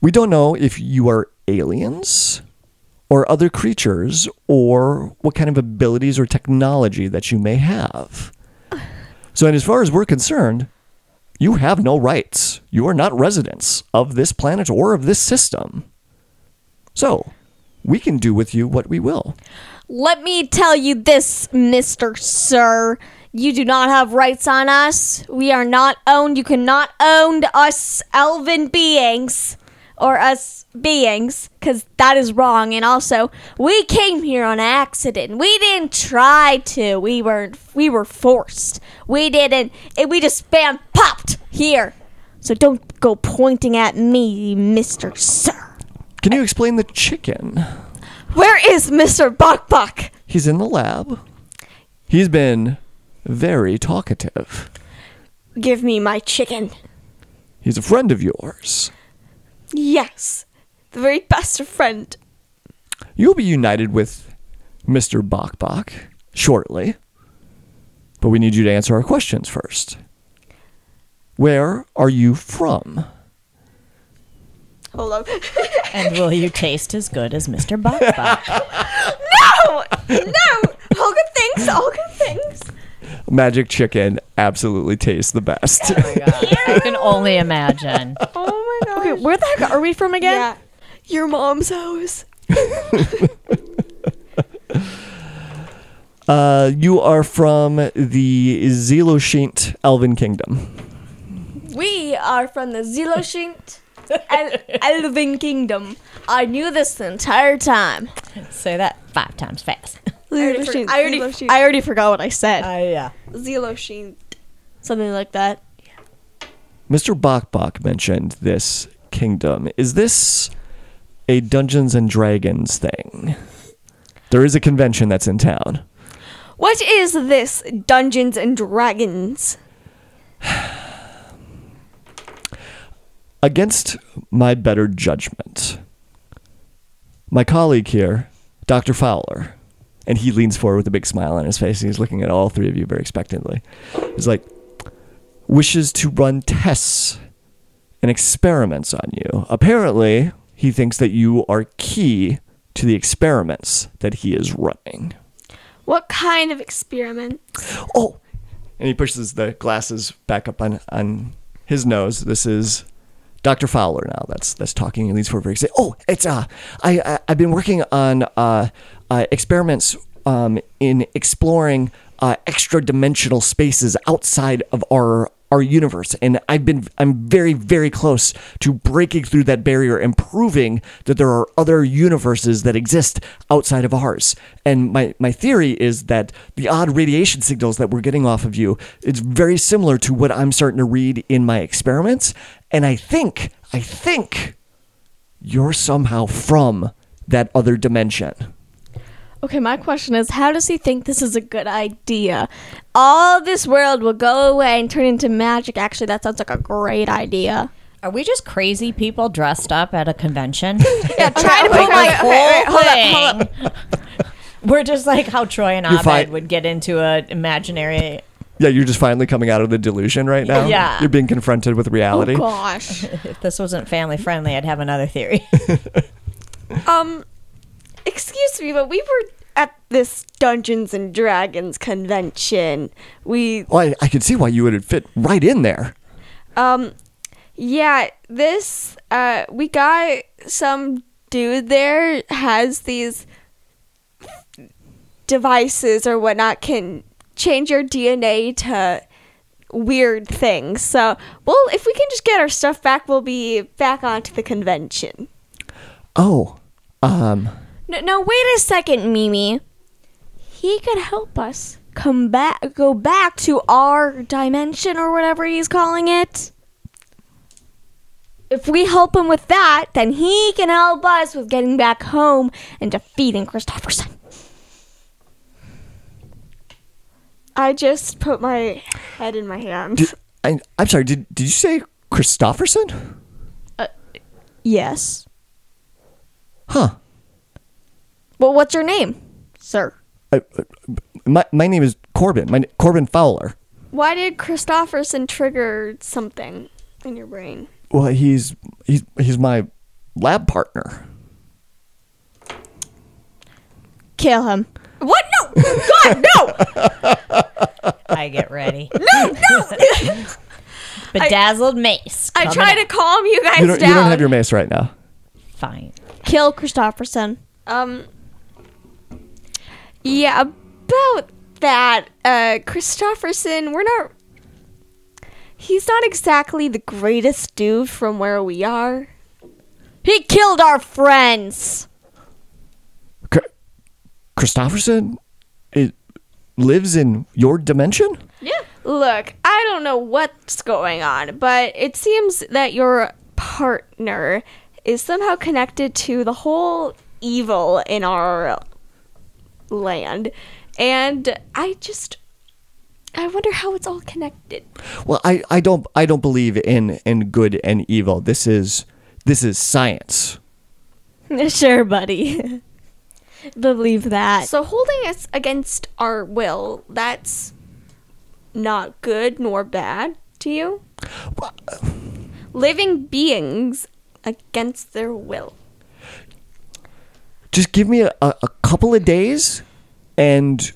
Speaker 6: We don't know if you are aliens or other creatures or what kind of abilities or technology that you may have. So, and as far as we're concerned, you have no rights. You are not residents of this planet or of this system. So, we can do with you what we will.
Speaker 8: Let me tell you this, Mr. Sir. You do not have rights on us. We are not owned. You cannot own us elven beings or us beings because that is wrong. And also, we came here on accident. We didn't try to. We were we were forced. We didn't. And we just bam popped here. So don't go pointing at me, Mister Sir.
Speaker 6: Can you explain the chicken?
Speaker 8: Where is Mister Buck Buck?
Speaker 6: He's in the lab. He's been very talkative.
Speaker 2: Give me my chicken.
Speaker 6: He's a friend of yours.
Speaker 2: Yes, the very best of friend.
Speaker 6: You'll be united with Mr. Bokbok shortly. But we need you to answer our questions first. Where are you from?
Speaker 2: Hold up.
Speaker 7: And will you taste as good as Mr. Bok Bok?
Speaker 2: Oh, no! All good things, all good things.
Speaker 6: Magic chicken absolutely tastes the best.
Speaker 7: I can only imagine.
Speaker 2: Oh my god.
Speaker 8: Where the heck are we from again?
Speaker 2: Yeah. Your mom's house.
Speaker 6: Uh, you are from the Zeloshint Elven Kingdom.
Speaker 8: We are from the Zeloshint El- Elven Kingdom. I knew this the entire time.
Speaker 7: Say that five times fast.
Speaker 8: I already, for- I, already, I already forgot what I said.
Speaker 7: yeah.
Speaker 2: Zelosheen.
Speaker 8: Uh, Something like that.
Speaker 6: Mr. Bokbok mentioned this kingdom. Is this a Dungeons and Dragons thing? There is a convention that's in town.
Speaker 2: What is this Dungeons and Dragons?
Speaker 6: against my better judgment. My colleague here, Dr. Fowler, and he leans forward with a big smile on his face and he's looking at all three of you very expectantly. He's like, wishes to run tests and experiments on you. Apparently, he thinks that you are key to the experiments that he is running.
Speaker 2: What kind of experiment?
Speaker 6: Oh, and he pushes the glasses back up on on his nose. This is Dr. Fowler now. That's that's talking. He leans forward. He says, "Oh, it's uh, I, I I've been working on uh, uh experiments um in exploring uh extra dimensional spaces outside of our." Our universe, and I've been I'm very very close to breaking through that barrier and proving that there are other universes that exist outside of ours. And my my theory is that the odd radiation signals that we're getting off of you, it's very similar to what I'm starting to read in my experiments. And I think, I think you're somehow from that other dimension.
Speaker 8: Okay, my question is how does he think this is a good idea? All this world will go away and turn into magic. Actually, that sounds like a great idea.
Speaker 7: Are we just crazy people dressed up at a convention?
Speaker 8: Yeah, try
Speaker 7: Like,
Speaker 8: to
Speaker 7: my
Speaker 8: put my
Speaker 7: whole
Speaker 8: whole
Speaker 7: thing. We're just like how Troy and
Speaker 6: You're fine.
Speaker 7: Abed would get into an imaginary.
Speaker 6: Yeah, you're just finally coming out of the delusion right now.
Speaker 7: Yeah.
Speaker 6: You're being confronted with
Speaker 8: Oh,
Speaker 6: reality.
Speaker 8: gosh.
Speaker 7: If this wasn't family friendly, I'd have another theory.
Speaker 2: Um, excuse me, but we were at this Dungeons and Dragons convention. We,
Speaker 6: Well, I, I could see why you would fit right in there.
Speaker 2: um, yeah, this, uh, we got some dude there has these devices or whatnot can change your DNA to weird things. So, well, if we can just get our stuff back, we'll be back onto the convention.
Speaker 6: Oh, um,
Speaker 8: No, no, wait a second, Mimi. He could help us come back, go back to our dimension or whatever he's calling it. If we help him with that, then he can help us with getting back home and defeating Christopherson.
Speaker 2: I just put my head in my hand.
Speaker 6: did, I, I'm sorry. Did did you say Christofferson?
Speaker 8: Yes.
Speaker 6: Huh.
Speaker 8: Well, what's your name, sir?
Speaker 6: I, my my name is Corbin. My Corbin Fowler.
Speaker 2: Why did Christopherson trigger something in your brain?
Speaker 6: Well, he's he's he's my lab partner.
Speaker 8: Kill him.
Speaker 2: What? No! God, no!
Speaker 7: I get ready. No, no. Bedazzled mace.
Speaker 2: I try to calm you guys
Speaker 6: You don't,
Speaker 2: down.
Speaker 6: you don't have your mace right now.
Speaker 7: Fine.
Speaker 8: Kill Christopherson.
Speaker 2: um. Yeah, about that uh, Christofferson, we're not. He's not exactly the greatest dude from where we are.
Speaker 8: He killed our friends.
Speaker 6: Cr- Christofferson it lives in your dimension?
Speaker 2: Look, I don't know what's going on, but it seems that your partner is somehow connected to the whole evil in our land. And I just. I wonder how it's all connected.
Speaker 6: Well, I, I don't I don't believe in in good and evil. This is this is science.
Speaker 8: Sure, buddy. Believe that.
Speaker 2: So holding us against our will, that's not good nor bad to you? Living beings against their will.
Speaker 6: Just give me a, a, a couple of days and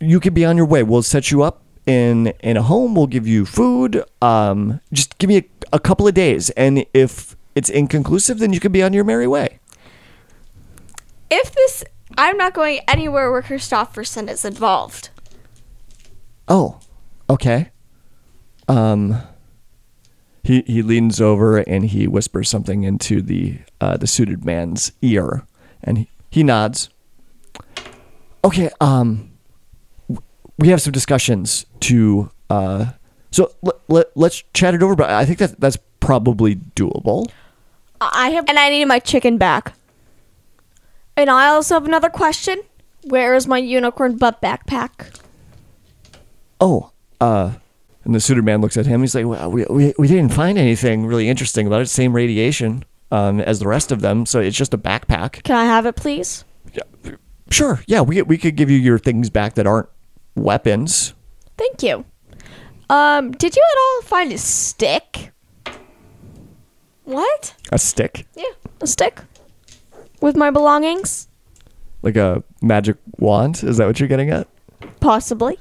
Speaker 6: you could be on your way. We'll set you up in in a home, we'll give you food. Um just give me a, a couple of days and if it's inconclusive then you could be on your merry way.
Speaker 2: If this I'm not going anywhere where Christofferson is involved.
Speaker 6: Oh, okay. Um, he he leans over and he whispers something into the uh, the suited man's ear, and he, he nods. Okay. Um, w- we have some discussions to. Uh, so let, let, let's chat it over. But I think that that's probably doable.
Speaker 8: I have.
Speaker 2: And I need my chicken back.
Speaker 8: And I also have another question. Where is my unicorn butt backpack?
Speaker 6: oh, uh, and the suitor man looks at him. He's like, well, we, we, we didn't find anything really interesting about it. Same radiation um, as the rest of them. So it's just a backpack.
Speaker 8: Can I have it, please?
Speaker 6: Sure. Yeah. We, we could give you your things back that aren't weapons.
Speaker 8: Thank you. Um, did you at all find a stick?
Speaker 2: What?
Speaker 6: A stick,
Speaker 8: Yeah, a stick with my belongings,
Speaker 6: like a magic wand. Is that what you're getting at?
Speaker 8: possibly.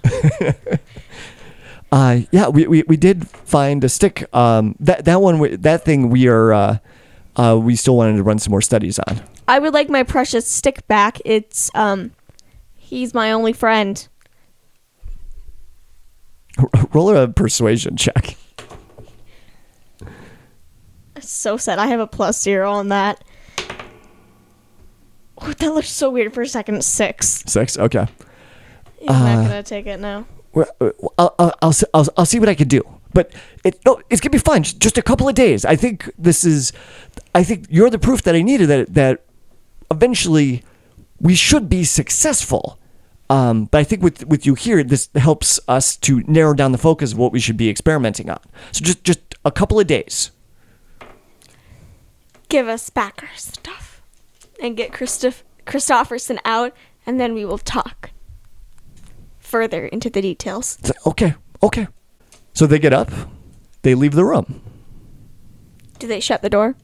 Speaker 6: Uh, yeah, we, we, we did find a stick. Um, that, that one, we- that thing we are, uh, uh, we still wanted to run some more studies on.
Speaker 8: I would like my precious stick back. It's um, he's my only friend.
Speaker 6: Roll a persuasion check.
Speaker 8: So sad. I have a plus zero on that. Oh, that looks so weird for a second. Six.
Speaker 6: Six. Okay.
Speaker 8: He's
Speaker 7: Uh,
Speaker 8: not gonna take it now.
Speaker 6: Well, uh, I'll, I'll, I'll, s- I'll, I'll see what I can do. But it no, it's gonna be fine. Just just a couple of days. I think this is, I think you're the proof that I needed that that eventually we should be successful. Um, but I think with with you here, this helps us to narrow down the focus of what we should be experimenting on. So just just a couple of days.
Speaker 2: Give us back our stuff. And get Christof- Christofferson out, and then we will talk further into the details.
Speaker 6: It's like, okay, okay. So they get up, they leave the room.
Speaker 2: Do they shut the door?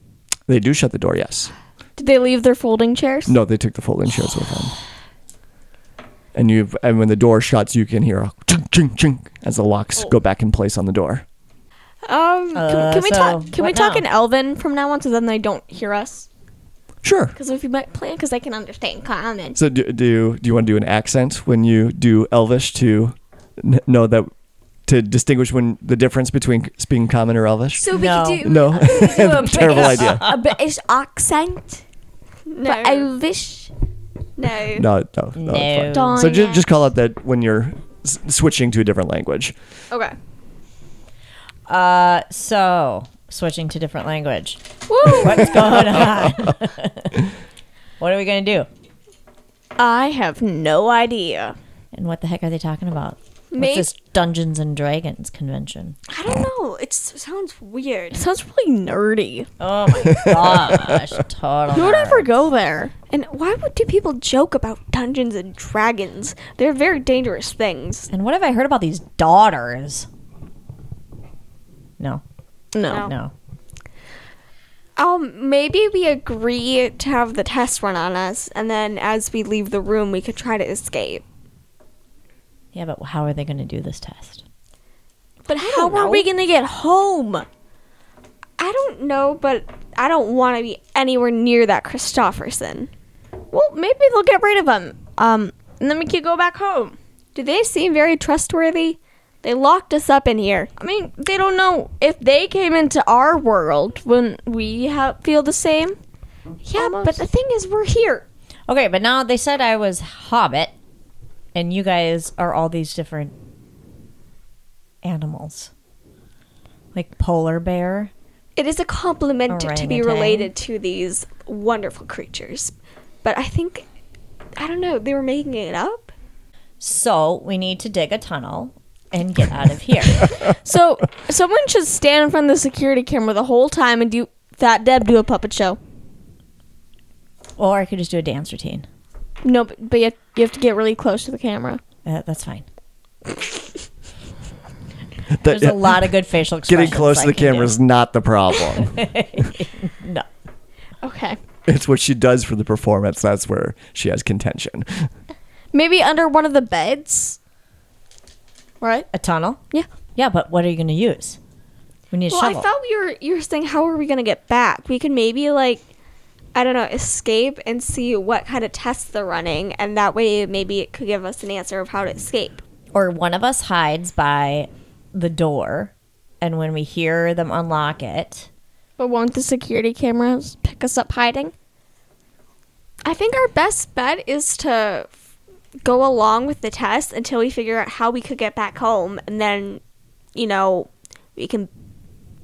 Speaker 6: They do shut the door. Yes.
Speaker 2: Did they leave their folding chairs?
Speaker 6: No, they took the folding chairs with them. And you and when the door shuts, you can hear a chink chink chink as the locks go back in place on the door.
Speaker 2: Um,
Speaker 7: Uh,
Speaker 2: can, can we
Speaker 7: so,
Speaker 2: talk? Can we
Speaker 7: what
Speaker 2: talk
Speaker 7: now?
Speaker 2: in Elven from now on, so then they don't hear us?
Speaker 6: Sure.
Speaker 2: Because if you might plan, because I can understand comments.
Speaker 6: So do do, do you want to do an accent when you do Elvish to n- know that to distinguish when the difference between speaking Common or Elvish?
Speaker 8: So
Speaker 7: we No. could do-
Speaker 6: no, terrible idea.
Speaker 8: A British accent,
Speaker 2: No,
Speaker 8: but Elvish.
Speaker 2: no.
Speaker 6: No, no, no. it's
Speaker 7: No.
Speaker 6: fine. So just just call out that when you're s- switching to a different language.
Speaker 2: Okay.
Speaker 7: Uh, so switching to different language.
Speaker 2: Woo!
Speaker 7: What's going on? what are we gonna do?
Speaker 8: I have no idea.
Speaker 7: And what the heck are they talking about?
Speaker 2: Maybe-
Speaker 7: What's this Dungeons and Dragons convention?
Speaker 2: I don't know. It sounds weird.
Speaker 8: sounds really nerdy.
Speaker 7: Oh my gosh! Total.
Speaker 8: Who would ever go there?
Speaker 2: And why would do people joke about Dungeons and Dragons? They're very dangerous things.
Speaker 7: And what have I heard about these daughters? No,
Speaker 8: No.
Speaker 7: no.
Speaker 2: Um, maybe we agree to have the test run on us, and then as we leave the room, we could try to escape.
Speaker 7: Yeah, but how are they going to do this test?
Speaker 2: But how
Speaker 8: How are we gonna get home?
Speaker 2: I don't know, but I don't want to be anywhere near that Christofferson.
Speaker 8: Well, maybe they'll get rid of him. Um, and then we could go back home.
Speaker 2: Do they seem very trustworthy? They locked us up in here.
Speaker 8: I mean, they don't know if they came into our world when we ha- feel the same.
Speaker 2: Yeah, but the thing is, we're here.
Speaker 7: Okay, but now they said I was Hobbit, and you guys are all these different animals, like polar bear.
Speaker 2: It is a compliment to- to be
Speaker 7: Orangutan.
Speaker 2: related to these wonderful creatures. But I think, I don't know, they were making it up?
Speaker 7: So we need to dig a tunnel and get out of here.
Speaker 8: So someone should stand in front of the security camera the whole time and do Fat Deb do a puppet show.
Speaker 7: or I could just do a dance routine.
Speaker 8: No, but, but you, have, you have to get really close to the camera.
Speaker 7: Uh, that's fine.
Speaker 6: That-
Speaker 7: There's a lot of good facial expressions.
Speaker 6: Getting close
Speaker 7: I
Speaker 6: to the
Speaker 7: can do.
Speaker 6: camera is not the problem.
Speaker 7: No.
Speaker 8: Okay.
Speaker 6: it's what she does for the performance. That's where she has contention.
Speaker 8: Maybe under one of the beds. Right?
Speaker 7: A tunnel?
Speaker 8: Yeah.
Speaker 7: Yeah, but what are you going to use? We need a
Speaker 2: Well,
Speaker 7: shovel.
Speaker 2: I thought we were, you were Oh, saying, how are we going to get back? We could maybe, like, I don't know, escape and see what kind of tests they're running, and that way maybe it could give us an answer of how to escape.
Speaker 7: or one of us hides by the door, and when we hear them unlock it,
Speaker 8: But won't the security cameras pick us up hiding?
Speaker 2: I think our best bet is to f- go along with the test until we figure out how we could get back home, and then, you know, we can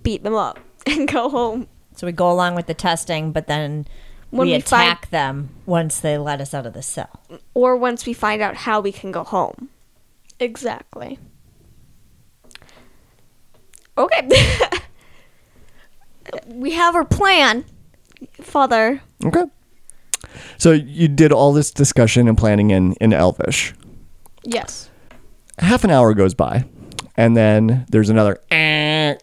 Speaker 2: beat them up and go home.
Speaker 7: so we go along with the testing, but then
Speaker 2: When
Speaker 7: we,
Speaker 2: we
Speaker 7: attack them once they let us out of the cell.
Speaker 2: Or once we find out how we can go home.
Speaker 8: Exactly.
Speaker 2: Okay.
Speaker 8: We have our plan.
Speaker 2: Father,
Speaker 6: Okay. So you did all this discussion and planning in, in Elvish.
Speaker 8: Yes.
Speaker 6: half an hour goes by, and then there's another, and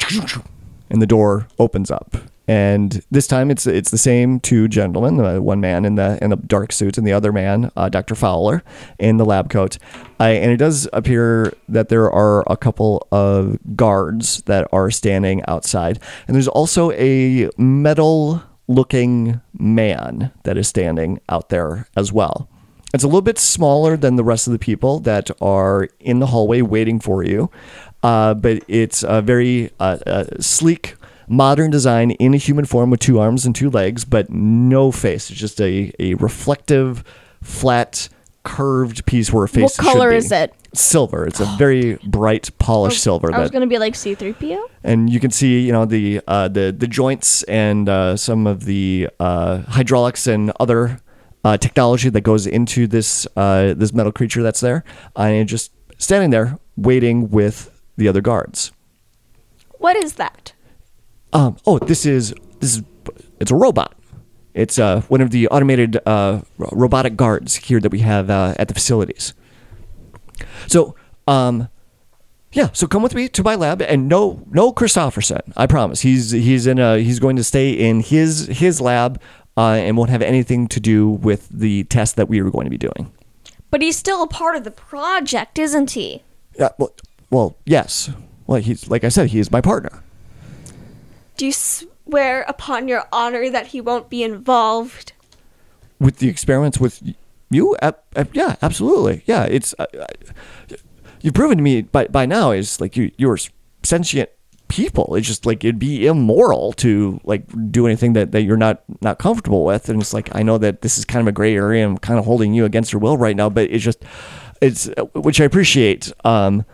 Speaker 6: the door opens up. And this time it's it's the same two gentlemen, the one man in the in the dark suit and the other man, uh, Dr. Fowler, in the lab coat. Uh, and it does appear that there are a couple of guards that are standing outside, and there's also a metal looking man that is standing out there as well. It's a little bit smaller than the rest of the people that are in the hallway waiting for you, uh, but it's a very uh, uh, sleek, modern design in a human form with two arms and two legs, but no face. It's just a, a reflective, flat, curved piece where a face.
Speaker 8: What
Speaker 6: should
Speaker 8: color
Speaker 6: be.
Speaker 8: is it?
Speaker 6: Silver. It's a very bright, polished silver.
Speaker 8: I was
Speaker 6: that-
Speaker 8: going to be like C3PO.
Speaker 6: and you can see you know the uh, the the joints and uh, some of the uh, hydraulics and other uh, technology that goes into this uh, this metal creature that's there, and it's just standing there waiting with the other guards.
Speaker 2: what is that?
Speaker 6: Um, oh, this is this is it's a robot. It's uh, one of the automated uh, ro- robotic guards here that we have uh, at the facilities. So, um, yeah, so come with me to my lab, and no, no Christofferson, I promise. He's he's in a he's going to stay in his his lab, uh, and won't have anything to do with the test that we are going to be doing.
Speaker 8: But he's still a part of the project, isn't he?
Speaker 6: Yeah, well, well, yes, well, he's like I said, he is my partner.
Speaker 2: Do you swear upon your honor that he won't be involved?
Speaker 6: with the experiments with y- you ab- ab- yeah absolutely yeah it's uh, uh, you've proven to me by by now is like you you're s- sentient people it's just like it'd be immoral to like do anything that, that you're not not comfortable with and it's like i know that this is kind of a gray area i'm kind of holding you against your will right now but it's just it's uh, which i appreciate um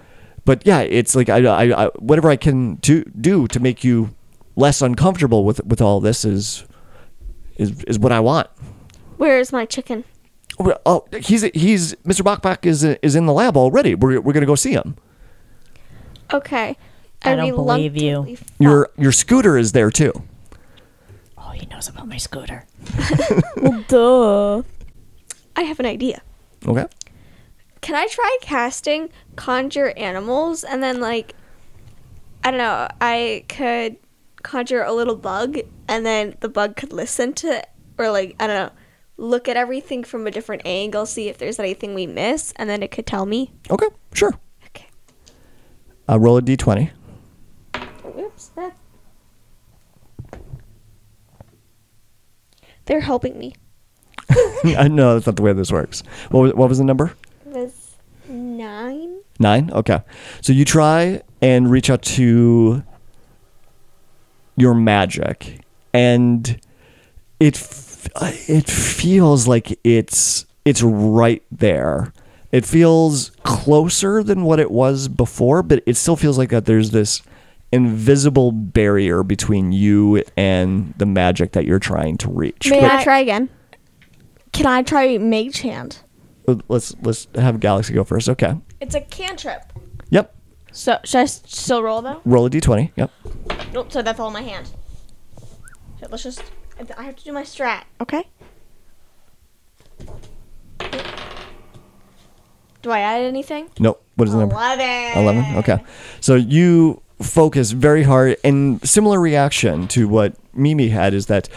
Speaker 6: but yeah it's like i i, I whatever i can to do to make you less uncomfortable with with all this is is is what i want
Speaker 2: Where is my chicken?
Speaker 6: well, Oh, he's he's Mr. Bachbach is is in the lab already. We're we're gonna go see him.
Speaker 2: Okay.
Speaker 7: I
Speaker 2: And
Speaker 7: don't
Speaker 2: we
Speaker 7: believe you.
Speaker 2: reluctantly fought.
Speaker 6: Your your scooter is there too.
Speaker 7: Oh, he knows about my scooter.
Speaker 8: Duh.
Speaker 2: I have an idea.
Speaker 6: Okay.
Speaker 2: Can I try casting conjure animals and then like I don't know, I could conjure a little bug and then the bug could listen to or like I don't know, look at everything from a different angle, see if there's anything we miss and then it could tell me.
Speaker 6: Okay. Sure.
Speaker 2: Okay.
Speaker 6: Uh, roll a d twenty.
Speaker 2: Oops. That They're helping me.
Speaker 6: no, that's not the way this works. What was, what was the number?
Speaker 2: It was 9
Speaker 6: Nine? Okay. So you try and reach out to your magic, and it f- it feels like it's it's right there. It feels closer than what it was before, but it still feels like that there's this invisible barrier between you and the magic that you're trying to reach.
Speaker 8: May
Speaker 2: Can
Speaker 8: I
Speaker 2: I try again?
Speaker 8: Can I try Mage Hand?
Speaker 6: But let's let's have Galaxy go first. Okay.
Speaker 8: It's a cantrip.
Speaker 6: Yep.
Speaker 8: So should I s- still roll though?
Speaker 6: Roll a d20. Yep.
Speaker 8: Nope. So that's all in my hand. So let's just. I have to do my strat. Okay. Do I add anything?
Speaker 6: Nope. What is the number?
Speaker 8: Eleven.
Speaker 6: 11 okay so you focus very hard and similar reaction to what mimi had is that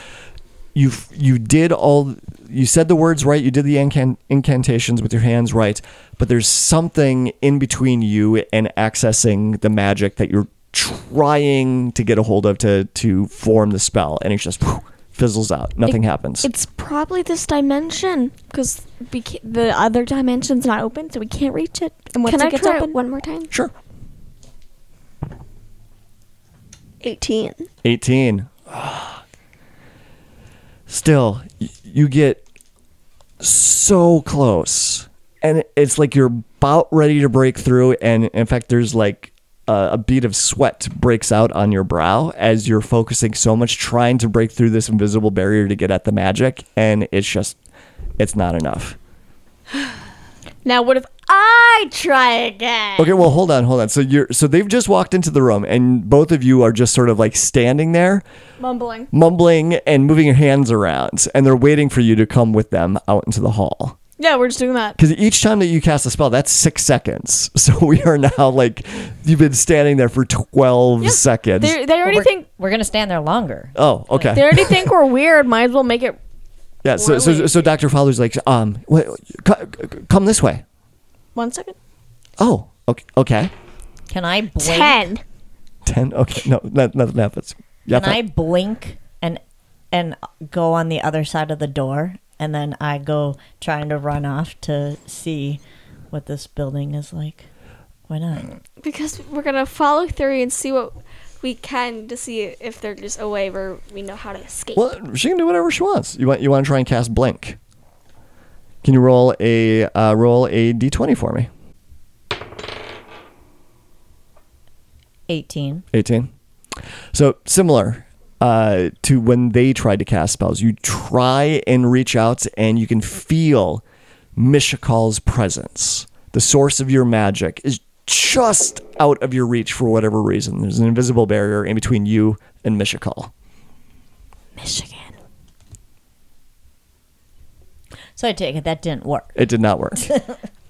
Speaker 6: you you did all you said the words right you did the incan- incantations with your hands right but there's something in between you and accessing the magic that you're trying to get a hold of to to form the spell and it just fizzles out nothing happens
Speaker 8: It's probably this dimension because the other dimension's not open, so we can't reach it. And once
Speaker 2: Can
Speaker 8: it
Speaker 2: I
Speaker 8: gets
Speaker 2: try
Speaker 8: open,
Speaker 2: one more time?
Speaker 6: sure
Speaker 2: 18.
Speaker 6: 18. Still, y- you get so close. And it's like you're about ready to break through. And in fact, there's like a, a bead of sweat breaks out on your brow as you're focusing so much, trying to break through this invisible barrier to get at the magic. And it's just, it's not enough.
Speaker 8: now what if I try again?
Speaker 6: Okay, well, hold on, hold on. So you're so they've just walked into the room, and both of you are just sort of like standing there,
Speaker 8: Mumbling.
Speaker 6: mumbling and moving your hands around, and they're waiting for you to come with them out into the hall.
Speaker 8: Yeah, we're just doing that.
Speaker 6: Because each time that you cast a spell, that's six seconds. So we are now like, you've been standing there for 12 seconds.
Speaker 8: They they already
Speaker 7: We're,
Speaker 8: think
Speaker 7: we're gonna stand there longer.
Speaker 6: oh,
Speaker 8: they
Speaker 6: okay.
Speaker 8: already think we're weird. Might as well make it.
Speaker 6: Yeah, so, so, so Dr. Fowler's like, um, wait, c- c- come this way.
Speaker 8: One second.
Speaker 6: Oh, okay. okay.
Speaker 7: Can I blink?
Speaker 8: Ten.
Speaker 6: 10. Okay. No, no- nothing happens. Yeah,
Speaker 7: Can I blink and and go on the other side of the door, and then I go trying to run off to see what this building is like. Why not?
Speaker 2: Because we're going to follow through and see what we can to see if they're just away where we know how to escape.
Speaker 6: Well, she can do whatever she wants. You want you want to try and cast blink? Can you roll a uh, roll a d twenty for me?
Speaker 7: Eighteen.
Speaker 6: 18. So similar uh, to when they tried to cast spells, you try and reach out, and you can feel Mishikal's presence. The source of your magic is just out of your reach for whatever reason. There's an invisible barrier in between you and Mishikal.
Speaker 7: So I take it that didn't work.
Speaker 6: It did not work.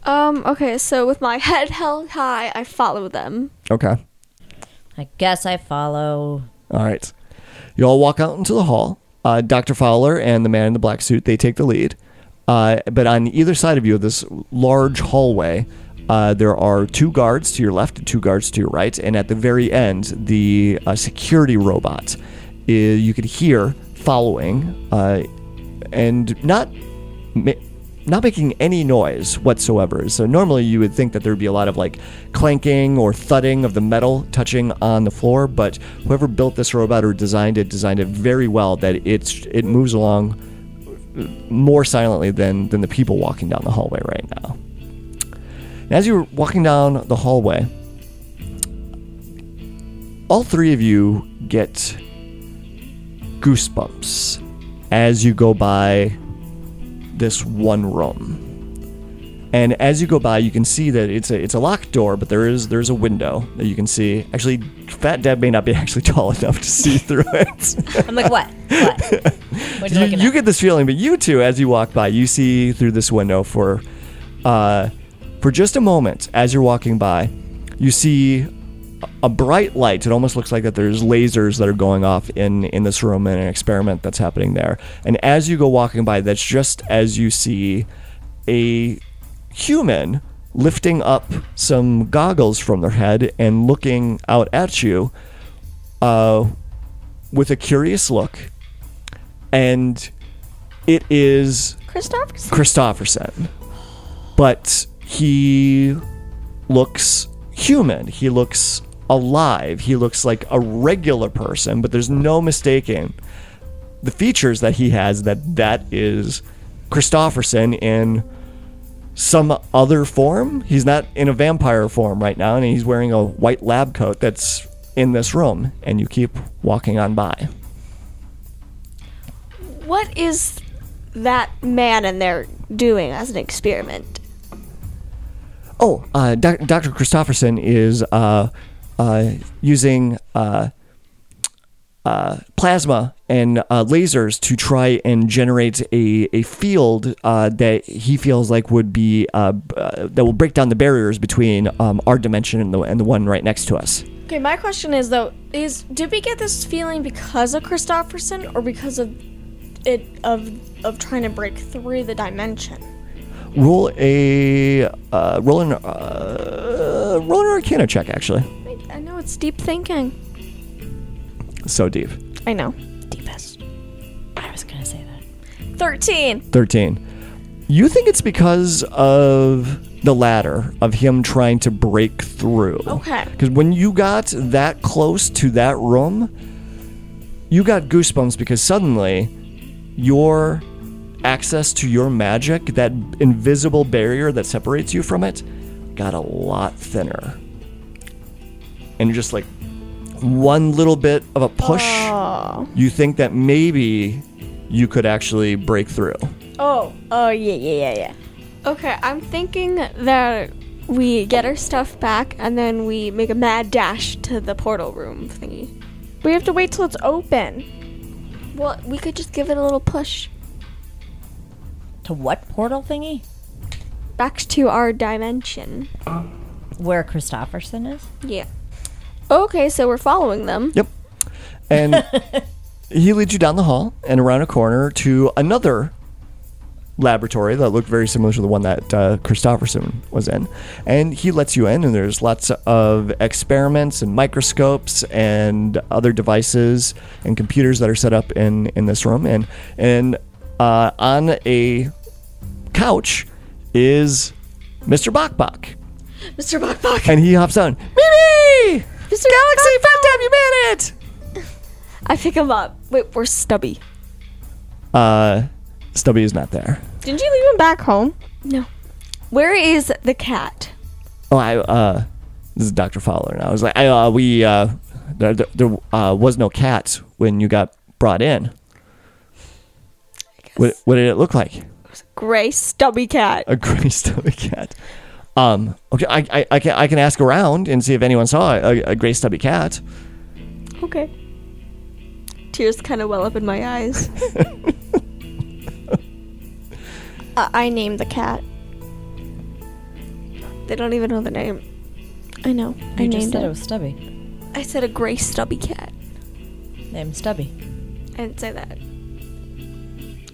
Speaker 2: Um, okay, so with my head held high, I follow them.
Speaker 6: Okay.
Speaker 7: I guess I follow.
Speaker 6: All right. You all walk out into the hall. Uh, Dr. Fowler and the man in the black suit, they take the lead. Uh, but on either side of you, this large hallway, uh, there are two guards to your left and two guards to your right. And at the very end, the uh, security robot, uh, you could hear following uh, and not ma- not making any noise whatsoever. So normally you would think that there would be a lot of like clanking or thudding of the metal touching on the floor, but whoever built this robot or designed it designed it very well that it's it moves along more silently than than the people walking down the hallway right now. And as you're walking down the hallway, all three of you get goosebumps as you go by this one room. And as you go by, you can see that it's a it's a locked door, but there is there's a window that you can see. Actually, Fat Deb may not be actually tall enough to see through it.
Speaker 7: I'm like, what? What? What are you
Speaker 6: you,
Speaker 7: looking
Speaker 6: you
Speaker 7: at?
Speaker 6: get this feeling, but you too, as you walk by, you see through this window for, uh, for just a moment as you're walking by, you see a bright light. It almost looks like that there's lasers that are going off in in this room and an experiment that's happening there. And as you go walking by, that's just as you see a human lifting up some goggles from their head and looking out at you uh, with a curious look and it is
Speaker 8: Christopher's
Speaker 6: Christofferson. But he looks human. He looks alive. He looks like a regular person, but there's no mistaking the features that he has that that is Christofferson in some other form. He's not in a vampire form right now, and he's wearing a white lab coat that's in this room, and you keep walking on by.
Speaker 2: What is that man in there doing as an experiment?
Speaker 6: Oh, uh, doc- Dr. Christofferson is uh, uh, using uh, uh, plasma and uh, lasers to try and generate a, a field uh, that he feels like would be uh, b- uh, that will break down the barriers between um, our dimension and the, and the one right next to us.
Speaker 2: Okay, my question is though: is did we get this feeling because of Christopherson or because of it of of trying to break through the dimension?
Speaker 6: Roll a uh, roll an uh, roll an Arcana check. Actually,
Speaker 2: I, I know it's deep thinking.
Speaker 6: so deep.
Speaker 2: I know.
Speaker 7: I was gonna say that.
Speaker 2: Thirteen.
Speaker 6: 13. You think it's because of the ladder, of him trying to break through.
Speaker 2: Okay.
Speaker 6: Because when you got that close to that room, you got goosebumps because suddenly your access to your magic, that invisible barrier that separates you from it, got a lot thinner. And you're just like, one little bit of a push, you think that maybe you could actually break through.
Speaker 8: Oh, oh yeah, yeah, yeah, yeah.
Speaker 2: Okay, I'm thinking that we get our stuff back and then we make a mad dash to the portal room thingy. We have to wait till it's open. Well, we could just give it a little push
Speaker 7: To what portal thingy?
Speaker 2: back to our dimension.
Speaker 7: Where Christofferson is?
Speaker 2: Yeah. Okay, so we're following them.
Speaker 6: Yep. And he leads you down the hall and around a corner to another laboratory that looked very similar to the one that uh, Christofferson was in. And he lets you in, and there's lots of experiments and microscopes and other devices and computers that are set up in, in this room. And, and uh, on a couch is Mr. Bok
Speaker 2: Mr. Bok Bok.
Speaker 6: And he hops on. Mimi!
Speaker 2: Mr. Galaxy
Speaker 6: Damn, you made it!
Speaker 2: I pick him up. Wait, where's Stubby?
Speaker 6: Uh, Stubby is not there.
Speaker 8: Didn't you leave him back home?
Speaker 2: No. Where is the cat?
Speaker 6: Oh, I uh, this is Doctor Fowler, and I was like, I, uh, we uh, there, there, there uh, was no cats when you got brought in. What, what did it look like?
Speaker 2: Gray stubby cat.
Speaker 6: A gray stubby cat. Um, okay, I, I, I can I can ask around and see if anyone saw a, a gray stubby cat.
Speaker 2: Okay. Tears kind of well up in my eyes. uh, I named the cat. They don't even know the name. I know. I
Speaker 7: You just
Speaker 2: named
Speaker 7: said
Speaker 2: it.
Speaker 7: it was Stubby.
Speaker 2: I said a gray stubby cat.
Speaker 7: Named Stubby.
Speaker 2: I didn't say that.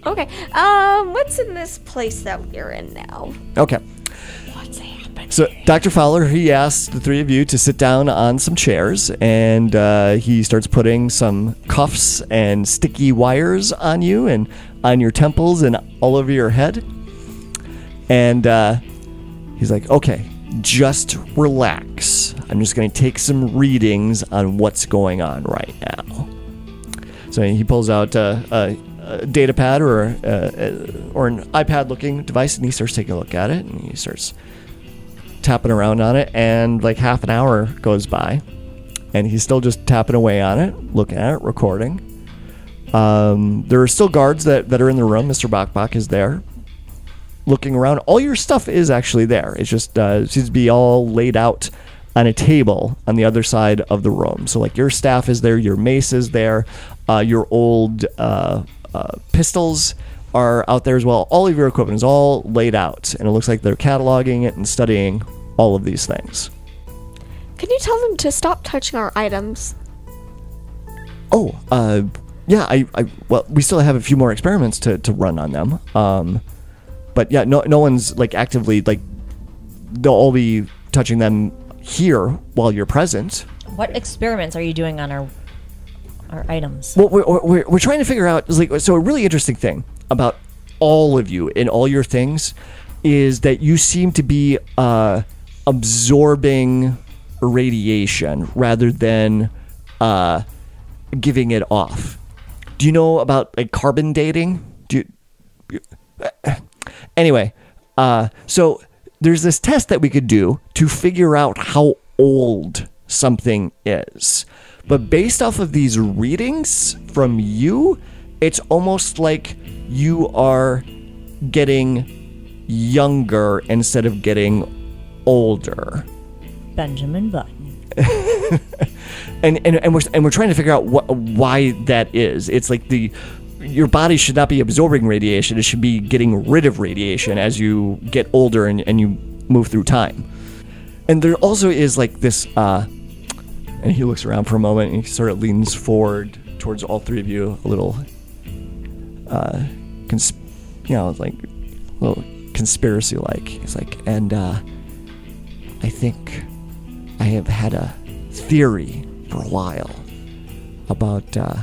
Speaker 2: Okay. Um, what's in this place that we're in now?
Speaker 6: Okay. So, Dr. Fowler, he asks the three of you to sit down on some chairs, and uh, he starts putting some cuffs and sticky wires on you and on your temples and all over your head. And uh, he's like, okay, just relax. I'm just going to take some readings on what's going on right now. So he pulls out a, a, a data pad or a, a, or an iPad looking device and he starts taking a look at it and he starts tapping around on it and like half an hour goes by and he's still just tapping away on it, looking at it, recording. Um, there are still guards that, that are in the room. Mr. Bachbach is there looking around. All your stuff is actually there. It's just uh, seems to be all laid out on a table on the other side of the room. So like your staff is there, your mace is there, uh, your old uh, uh, pistols are out there as well. All of your equipment is all laid out, and it looks like they're cataloging it and studying all of these things.
Speaker 2: Can you tell them to stop touching our items?
Speaker 6: Oh, uh, yeah. I, I well, we still have a few more experiments to, to run on them. Um, but yeah, no, no one's like actively like they'll all be touching them here while you're present.
Speaker 7: What experiments are you doing on our our items?
Speaker 6: Well, we're, we're, we're trying to figure out is like so a really interesting thing about all of you and all your things is that you seem to be uh, a absorbing radiation rather than uh, giving it off. Do you know about like carbon dating? Do you, anyway, uh, so there's this test that we could do to figure out how old something is. But based off of these readings from you, it's almost like you are getting younger instead of getting older.
Speaker 7: Benjamin Button.
Speaker 6: and and, and we're and we're trying to figure out what why that is. It's like the your body should not be absorbing radiation; it should be getting rid of radiation as you get older and, and you move through time. And there also is like this. Uh, and he looks around for a moment and he sort of leans forward towards all three of you, a little, uh, cons- you know, like a little conspiracy like. He's like, and uh, I think I have had a theory for a while about uh,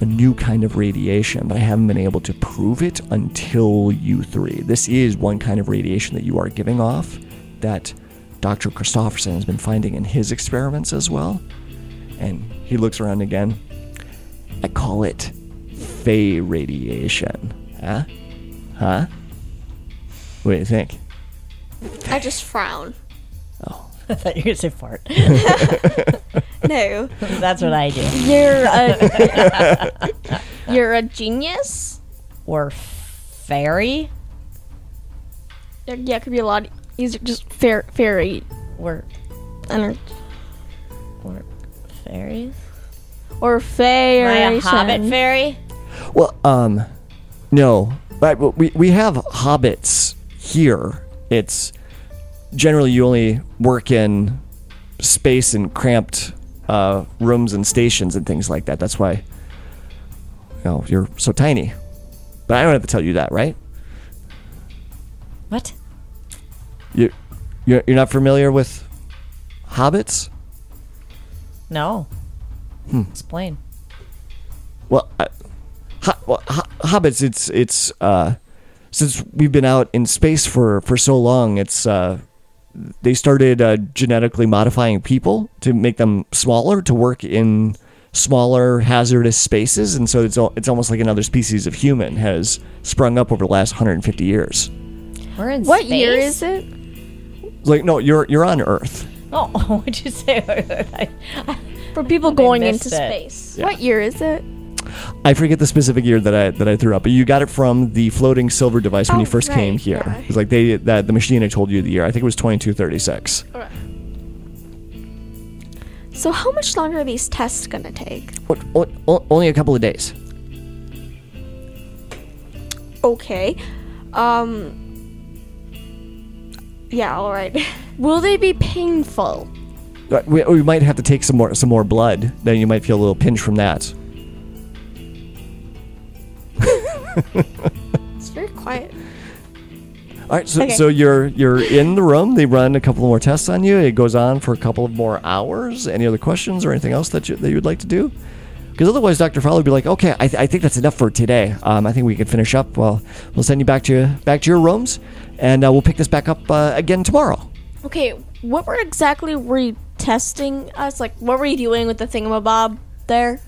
Speaker 6: a new kind of radiation, but I haven't been able to prove it until you three. This is one kind of radiation that you are giving off that Dr. Christofferson has been finding in his experiments as well. And he looks around again. I call it Fey radiation. Huh? Huh? What do you think?
Speaker 2: I just frown.
Speaker 7: I thought you were gonna say fart.
Speaker 2: No.
Speaker 7: That's what I do.
Speaker 2: You're a You're a genius?
Speaker 7: Or fairy.
Speaker 2: There- Yeah, it could be a
Speaker 8: e-,
Speaker 2: lot easier just fair fairy
Speaker 7: We're
Speaker 2: and
Speaker 7: we're fairies.
Speaker 2: or
Speaker 7: Am I
Speaker 2: fairy.
Speaker 7: a hobbit fairy?
Speaker 6: Well, um, no, but w- we we have hobbits here. It's generally you only work in space and cramped uh, rooms and stations and things like that. That's why, you know, you're so tiny. But I don't have to tell you that, right?
Speaker 7: What?
Speaker 6: You you're, you're not familiar with hobbits?
Speaker 7: No. Explain.
Speaker 6: Well, uh, ho- well ho- hobbits. It's it's uh, since we've been out in space for for so long, it's uh, they started uh, genetically modifying people to make them smaller to work in smaller hazardous spaces, and so it's al- it's almost like another species of human has sprung up over the last 150 years.
Speaker 7: We're in
Speaker 2: What
Speaker 7: space?
Speaker 2: year is it?
Speaker 6: Like no, you're you're on Earth.
Speaker 7: Oh, what'd you say? I-
Speaker 2: For people going
Speaker 7: missed
Speaker 2: into
Speaker 7: it.
Speaker 2: space. What year is it?
Speaker 6: I forget the specific year that I that I threw up, but you got it from the floating silver device when you
Speaker 2: Oh,
Speaker 6: first came
Speaker 2: right,
Speaker 6: here.
Speaker 2: yeah.
Speaker 6: It's like they that the machine had told you the year. I think it was 2236.
Speaker 2: So how much longer are these tests gonna take?
Speaker 6: O- o- o- Only a couple of days.
Speaker 2: Okay. Um Yeah, all right. Will they be painful?
Speaker 6: But Uh, We, we might have to take some more some more blood. Then you might feel a little pinch from that.
Speaker 2: It's very quiet.
Speaker 6: All right, so, so you're you're in the room. They run a couple more tests on you. It goes on for a couple of more hours. Any other questions or anything else that you that you would like to do? Because otherwise, Doctor Fowler would be like, "Okay, I, th- I think that's enough for today. Um, I think we can finish up. Well, we'll send you back to back to your rooms, and uh, we'll pick this back up uh, again tomorrow."
Speaker 2: Okay, what were exactly were you testing us? Like what were you doing with the thingamabob there?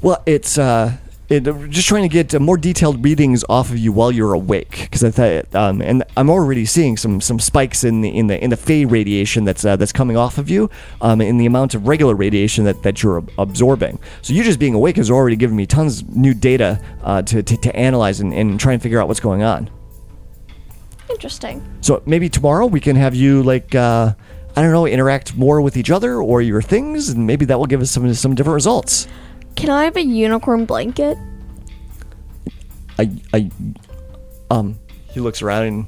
Speaker 6: Well, it's uh, it, just trying to get uh, more detailed readings off of you while you're awake, because I thought, um, and I'm already seeing some some spikes in the in the in the Fey radiation that's uh, that's coming off of you, um, in the amount of regular radiation that that you're ab- absorbing. So you just being awake has already given me tons of new data uh, to, to to analyze and, and try and figure out what's going on.
Speaker 2: Interesting.
Speaker 6: So maybe tomorrow we can have you like. Uh, I don't know, interact more with each other or your things, and maybe that will give us some some different results.
Speaker 2: Can I have a unicorn blanket?
Speaker 6: I, I, um, he looks around and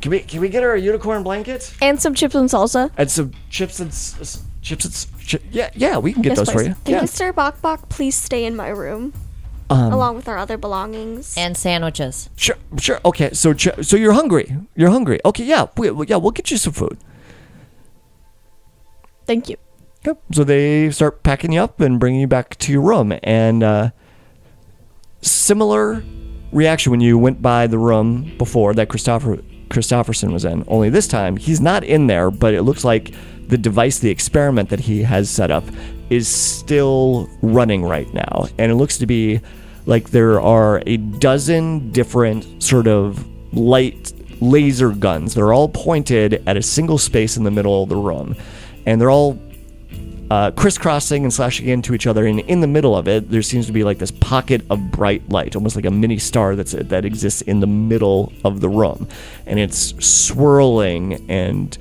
Speaker 6: can we can we get her a unicorn blanket
Speaker 2: And some chips and salsa?
Speaker 6: and some chips and s- s- chips and s- chi- yeah yeah we can get those for you
Speaker 2: Can
Speaker 6: yeah
Speaker 2: Mr. Bok Bok please stay in my room?
Speaker 6: Um,
Speaker 2: along with our other belongings.
Speaker 7: and sandwiches.
Speaker 6: sure sure okay so ch- so you're hungry you're hungry okay yeah we, we- yeah we'll get you some food
Speaker 2: Thank you.
Speaker 6: yep so they start packing you up and bringing you back to your room and uh, similar reaction when you went by the room before that Christopher Christofferson was in. Only this time, he's not in there, but it looks like the device, the experiment that he has set up, is still running right now. And it looks to be like there are a dozen different sort of light laser guns. They're all pointed at a single space in the middle of the room. And they're all uh, crisscrossing and slashing into each other. And in the middle of it, there seems to be like this pocket of bright light, almost like a mini star that's that exists in the middle of the room, and it's swirling and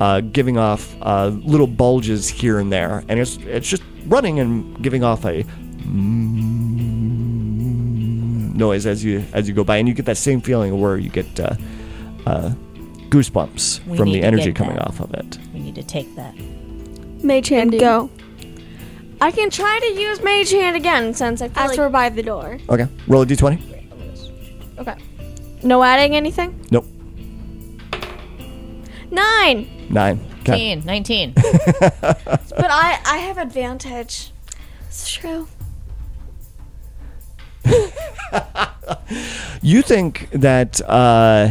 Speaker 6: uh, giving off uh, little bulges here and there, and it's it's just running and giving off a noise as you as you go by, and you get that same feeling where you get. Uh, uh, goosebumps
Speaker 7: We
Speaker 6: from
Speaker 7: need
Speaker 6: the
Speaker 7: to
Speaker 6: energy
Speaker 7: get
Speaker 6: coming
Speaker 7: that.
Speaker 6: off of it.
Speaker 7: We need to take that.
Speaker 2: Mage hand,
Speaker 8: Indeed.
Speaker 2: go.
Speaker 8: I can try to use Mage Hand again since I feel
Speaker 2: As
Speaker 8: like
Speaker 2: we're by the door.
Speaker 6: Okay, roll a d20.
Speaker 8: no adding anything.
Speaker 6: Nope,
Speaker 8: Nine,
Speaker 6: nine. 'Kay.
Speaker 7: 19, 19.
Speaker 8: but I I have advantage. It's true.
Speaker 6: You think that uh,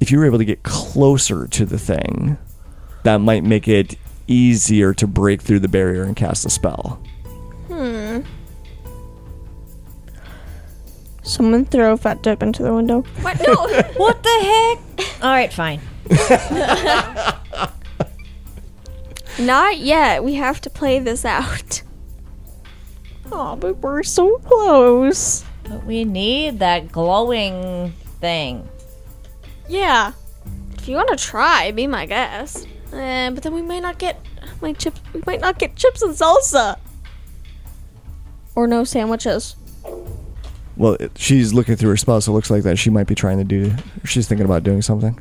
Speaker 6: if you were able to get closer to the thing, that might make it easier to break through the barrier and cast a spell.
Speaker 2: Someone throw Fat Dip into the window.
Speaker 8: What? No.
Speaker 7: what the heck? All right, fine.
Speaker 2: Not yet. We have to play this out. Oh, but we're so close.
Speaker 7: But we need that glowing thing.
Speaker 8: yeah. If you want to try, be my guest. Uh, but then we might not get my chips. We might not get chips and salsa. Or no sandwiches.
Speaker 6: Well, it- she's looking through her spell, so it looks like that she might be trying to do. She's thinking about doing something.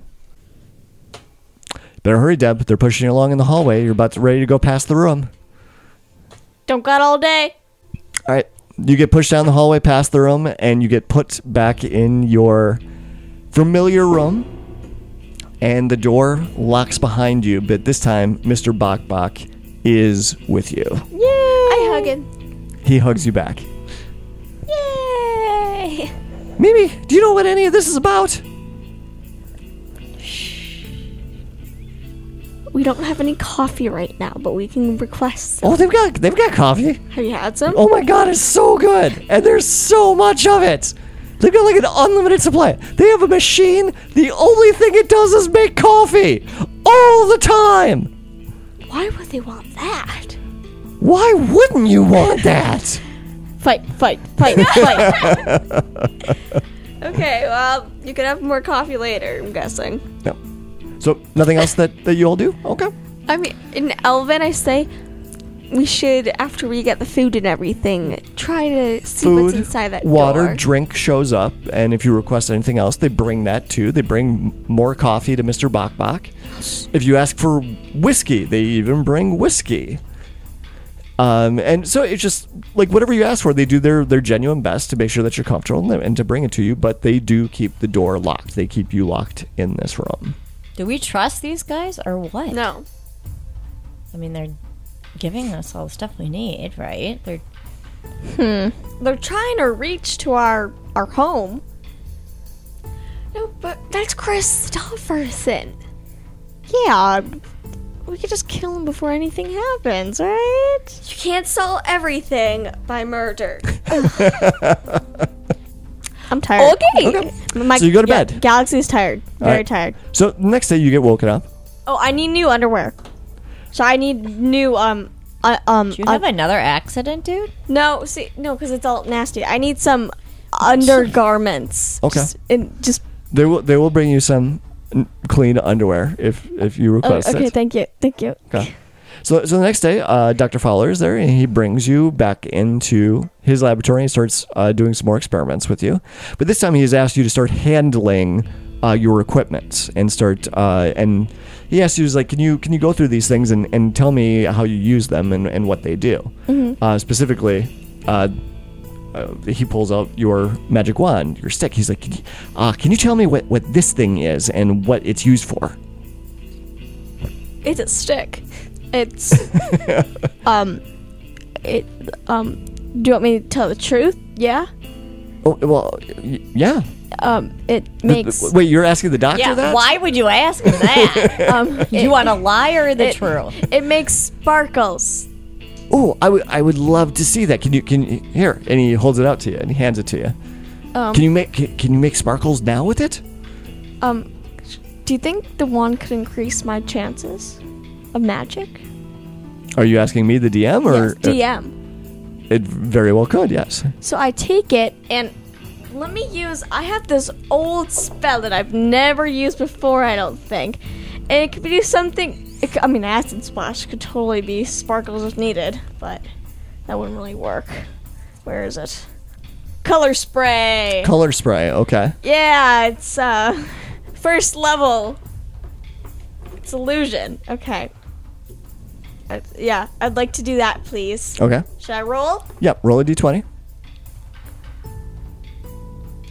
Speaker 6: Better hurry, Deb. They're pushing you along in the hallway. You're about to ready to go past the room.
Speaker 8: Don't got all day.
Speaker 6: All right. You get pushed down the hallway past the room, and you get put back in your familiar room. And the door locks behind you, but this time, Mr. Bok Bok is with you.
Speaker 8: I hug him.
Speaker 6: He hugs you back.
Speaker 8: Yay!
Speaker 6: Mimi, do you know what any of this is about?
Speaker 2: We don't have any coffee right now, but we can request. some.
Speaker 6: Oh, they've got they've got coffee.
Speaker 2: Have you had some?
Speaker 6: Oh my god, it's so good. And there's so much of it. They've got like an unlimited supply. They have a machine. The only thing it does is make coffee. All the time.
Speaker 2: Why would they want that?
Speaker 6: Why wouldn't you want that?
Speaker 2: Fight, fight, fight, fight.
Speaker 8: Okay, well, you could have more coffee later, I'm guessing.
Speaker 6: No. So nothing else that, that you all do? Okay.
Speaker 2: I mean, in Elven, I say we should, after we get the food and everything, try to see what's inside that
Speaker 6: water,
Speaker 2: door.
Speaker 6: drink shows up, and if you request anything else, they bring that too. They bring more coffee to Mr. Bok Bok. If you ask for whiskey, they even bring whiskey. Um, and so it's just like whatever you ask for, they do their their genuine best to make sure that you're comfortable and, and to bring it to you. But they do keep the door locked. They keep you locked in this room.
Speaker 7: Do we trust these guys or what?
Speaker 8: No.
Speaker 7: I mean, they're giving us all the stuff we need, right? They're
Speaker 8: They're trying to reach to our our home. No, but
Speaker 2: That's Christopherson.
Speaker 8: yeah, we could just kill him before anything happens, right? You can't solve everything by murder.
Speaker 2: I'm tired. My,
Speaker 6: So you go to bed.
Speaker 2: Galaxy's tired. Very
Speaker 6: right.
Speaker 2: tired.
Speaker 6: So the next day you get woken up.
Speaker 2: Oh, I need new underwear.
Speaker 8: So I need new um
Speaker 2: Uh, um,
Speaker 7: Do you have another accident, dude?
Speaker 8: no, see no cuz it's all nasty. I need some undergarments.
Speaker 6: Okay.
Speaker 8: Just, and just
Speaker 6: They will they will bring you some n- clean underwear if if you
Speaker 8: oh,
Speaker 6: request
Speaker 2: Oh, okay,
Speaker 6: it.
Speaker 2: thank you, thank you.
Speaker 6: Okay. So, so the next day, uh, Dr. Fowler is there and he brings you back into his laboratory and starts uh, doing some more experiments with you. But this time he has asked you to start handling uh, your equipment and start, uh, and he asked you, he's like, can you, can you go through these things and, and tell me how you use them and, and what they do? Uh, specifically, uh, uh, he pulls out your magic wand, your stick. He's like, can you, uh, can you tell me what, what this thing is and what it's used for?
Speaker 2: It's a stick. It's um, it um. Do you want me to tell the truth? Yeah.
Speaker 6: Oh, well, y- yeah.
Speaker 8: Um, it
Speaker 6: The-
Speaker 8: makes
Speaker 6: wait, you're asking the doctor
Speaker 7: Yeah,
Speaker 6: that?
Speaker 7: why would you ask him that?
Speaker 8: um,
Speaker 7: you want a lie or the
Speaker 8: it-
Speaker 7: truth?
Speaker 8: it makes sparkles.
Speaker 6: Oh, I would I would love to see that. Can you can you- here? And he holds it out to you and he hands it to you.
Speaker 8: Um,
Speaker 6: can you make can, can you make sparkles now with it?
Speaker 8: Um, do you think the wand could increase my chances of magic?
Speaker 6: Are you asking me the DM or
Speaker 8: yes, DM.
Speaker 6: it very well could, yes.
Speaker 8: So I take it and let me use. I have this old spell that I've never used before. I don't think, and it could do something. It, c- I mean, acid splash could totally be sparkles if needed, but that wouldn't really work. Where is it? Color spray.
Speaker 6: Color spray, okay.
Speaker 8: Yeah, it's uh first level. It's illusion. Okay. Uh, yeah, I'd like to do that, please.
Speaker 6: Okay.
Speaker 8: Should I roll?
Speaker 6: Yep, roll a D twenty.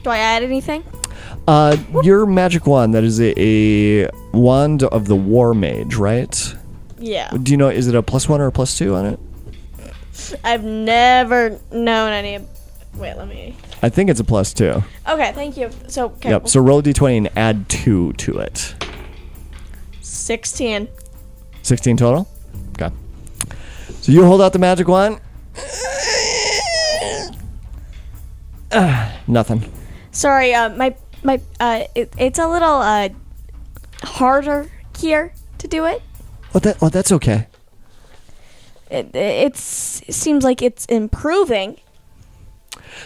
Speaker 8: Do I add anything?
Speaker 6: Uh your magic wand, that is a, a wand of the war mage, right?
Speaker 8: Yeah.
Speaker 6: Do you know is it a plus one or a plus two on it?
Speaker 8: I've never known any. Of- Wait, let me.
Speaker 6: I think it's a plus two.
Speaker 8: Okay, thank you. So, okay,
Speaker 6: Yep. So roll a D twenty and add two to it.
Speaker 8: 16.
Speaker 6: 16 total? Okay. So you hold out the magic wand. Ah, nothing.
Speaker 8: Sorry, uh, my my uh, it, it's a little uh harder here to do it.
Speaker 6: Oh, that, oh, that's okay.
Speaker 8: It, it's it seems like it's improving.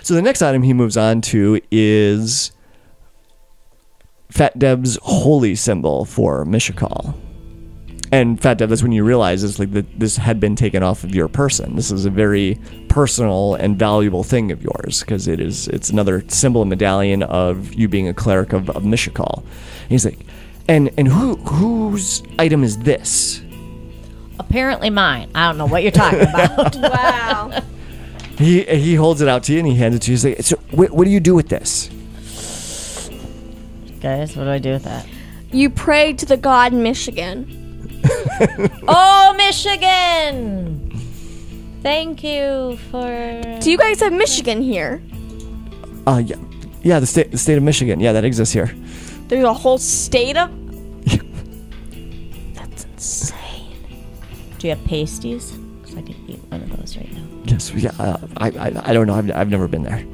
Speaker 6: So the next item he moves on to is Fat Deb's holy symbol for Mishakal. And Fat Deb, that's when you realize it's like that this had been taken off of your person. This is a very personal and valuable thing of yours because it is it's another symbol and medallion of you being a cleric of, of Mishakal. And he's like, and and who whose item is this?
Speaker 7: Apparently mine. I don't know what you're talking about.
Speaker 8: Wow.
Speaker 6: He he holds it out to you and he hands it to you. He's like, so wh- what do you do with this?
Speaker 7: Guys, what do I do with that?
Speaker 8: you pray to the god Michigan.
Speaker 7: Oh, Michigan! Thank you for.
Speaker 8: Do you guys have Michigan here?
Speaker 6: Uh, yeah, yeah, the state, the state of Michigan. Yeah, that exists here.
Speaker 8: There's a whole state of.
Speaker 7: Do you have pasties? 'Cause I could eat one of those right now.
Speaker 6: Yes, yeah. Uh, I, I, I don't know. I've, I've never been there.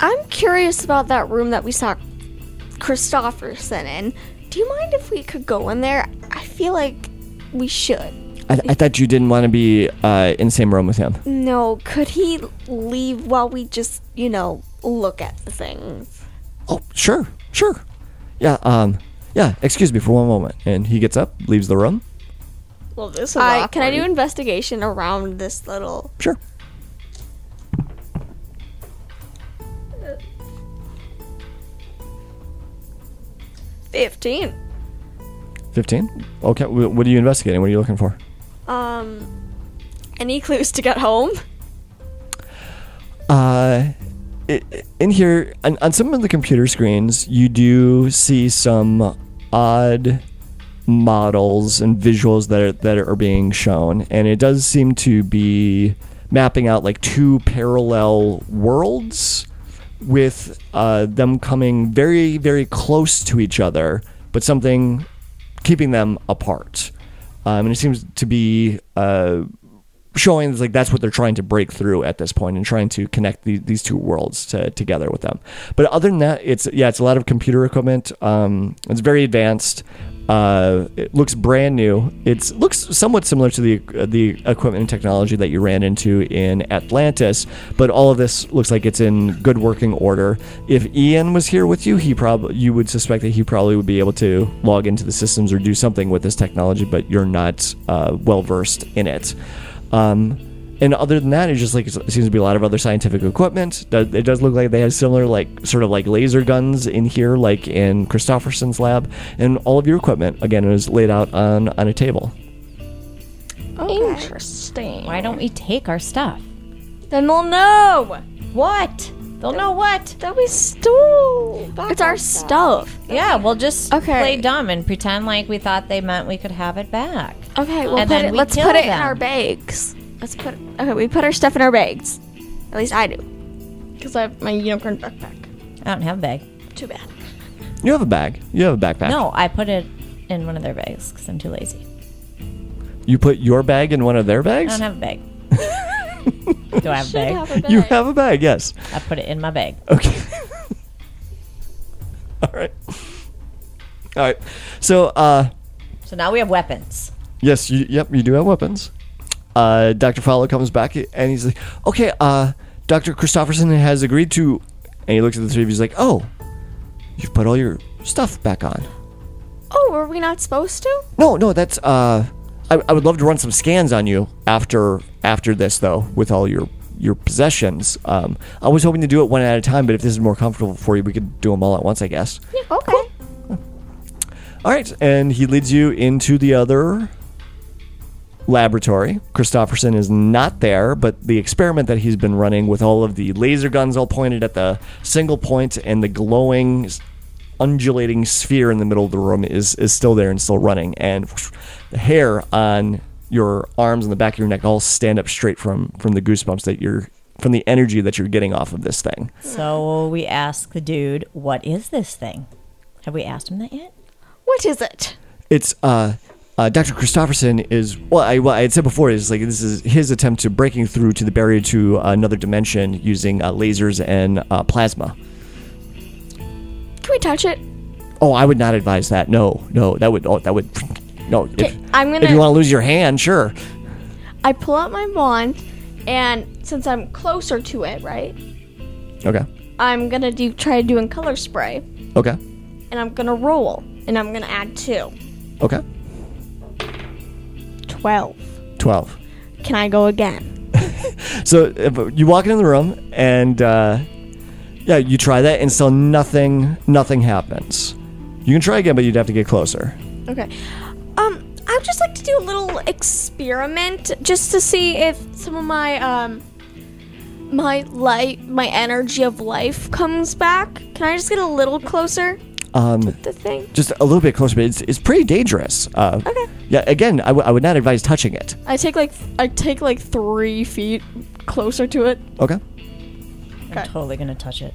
Speaker 8: I'm curious about that room that we saw Christofferson in. Do you mind if we could go in there? I feel like we should.
Speaker 6: I, I thought you didn't want to be uh, in the same room with him.
Speaker 2: Mm.
Speaker 8: No, could he leave while we just, you know, look at the things?
Speaker 6: Oh, sure, sure. Yeah, um, yeah. Excuse me for one moment. And he gets up, leaves the room.
Speaker 2: Well, this is
Speaker 8: I, can I do investigation around this little?
Speaker 6: Sure.
Speaker 8: Fifteen.
Speaker 6: Fifteen. Okay. wh- What are you investigating? What are you looking for?
Speaker 8: Um, any clues to get home?
Speaker 6: Uh, i- in here, on, on some of the computer screens, you do see some odd models and visuals that are, that are being shown, and it does seem to be mapping out like two parallel worlds with uh, them coming very, very close to each other, but something keeping them apart. Um, and it seems to be uh, showing it's like that's what they're trying to break through at this point and trying to connect the, these two worlds to, together with them. But other than that, it's yeah, it's a lot of computer equipment. Um, it's very advanced. Uh, it looks brand new. It looks somewhat similar to the uh, the equipment and technology that you ran into in Atlantis, but all of this looks like it's in good working order. If Ian was here with you, he probably you would suspect that he probably would be able to log into the systems or do something with this technology, but you're not uh, well versed in it. Um, and other than that, it's just like it seems to be a lot of other scientific equipment. Do- It does look like they have similar, like sort of like laser guns in here, like in Christofferson's lab, and all of your equipment again is laid out on on a table.
Speaker 8: Interesting.
Speaker 7: Why don't we take our stuff?
Speaker 8: Then they'll know
Speaker 7: What? They'll know what?
Speaker 8: that we stole. it's our stuff.
Speaker 7: Yeah, we'll just
Speaker 8: Okay.
Speaker 7: play dumb and pretend like we thought they meant we could have it back.
Speaker 8: Okay, we'll
Speaker 7: And
Speaker 8: put
Speaker 7: then
Speaker 8: it,
Speaker 7: we
Speaker 8: let's
Speaker 7: kill
Speaker 8: put it in
Speaker 7: them.
Speaker 8: our bags. Let's put. Okay, we put our stuff in our bags. At least I do. Because I have my unicorn backpack.
Speaker 7: I don't have a bag.
Speaker 8: Too bad.
Speaker 6: You have a bag. You have a backpack.
Speaker 7: No, I put it in one of their bags because I'm too lazy.
Speaker 6: You put your bag in one of their
Speaker 7: I
Speaker 6: bags?
Speaker 7: don't have a bag. Do I have a bag?
Speaker 6: You have a bag, yes.
Speaker 7: I put it in my bag.
Speaker 6: Okay. All right. All right. So, uh,
Speaker 7: So now we have weapons.
Speaker 6: yes, you, yep, you do have weapons. Uh, Dr. Follow comes back and he's like, okay, uh, Dr. Christofferson has agreed to. And he looks at the three of you. He's like, oh, you've put all your stuff back on.
Speaker 8: Oh, were we not supposed to?
Speaker 6: No, no, that's. Uh, I, I would love to run some scans on you after after this, though, with all your your possessions. Um, I was hoping to do it one at a time, but if this is more comfortable for you, we could do them all at once, I guess.
Speaker 8: Okay.
Speaker 6: All right, and he leads you into the other laboratory. Christofferson is not there, but the experiment that he's been running with all of the laser guns all pointed at the single point and the glowing s- undulating sphere in the middle of the room is is still there and still running and the hair on your arms and the back of your neck all stand up straight from from the goosebumps that you're from the energy that you're getting off of this thing.
Speaker 7: So we ask the dude, what is this thing? Have we asked him that yet?
Speaker 8: What is it?
Speaker 6: it's uh, uh, Dr. Christofferson is well I, well, I had said before is like this is his attempt to breaking through to the barrier to another dimension using uh, lasers and uh, plasma.
Speaker 8: Can we touch it?
Speaker 6: Oh, I would not advise that. No, no, that would oh, that would no. If,
Speaker 8: Okay, I'm
Speaker 6: if you
Speaker 8: gonna-
Speaker 6: want to lose your hand, sure.
Speaker 8: I pull out my wand, and since I'm closer to it, right?
Speaker 6: Okay,
Speaker 8: I'm gonna do try doing color spray,
Speaker 6: okay,
Speaker 8: and I'm gonna roll, and I'm gonna add two.
Speaker 6: okay.
Speaker 8: Twelve.
Speaker 6: Twelve.
Speaker 8: Can I go again?
Speaker 6: So if you walk into the room and uh, yeah, you try that and still nothing, nothing happens. You can try again, but you'd have to get closer.
Speaker 8: Okay. Um, I would just like to do a little experiment just to see if some of my um my light my energy of life comes back. Can I just get a little closer
Speaker 6: Um,
Speaker 8: to the thing?
Speaker 6: just a little bit closer, but it's, it's pretty dangerous. Uh,
Speaker 8: Okay.
Speaker 6: Yeah, again, I, w- I would not advise touching it.
Speaker 8: I take like I take like three feet closer to it.
Speaker 6: Okay.
Speaker 7: I'm totally going to touch it.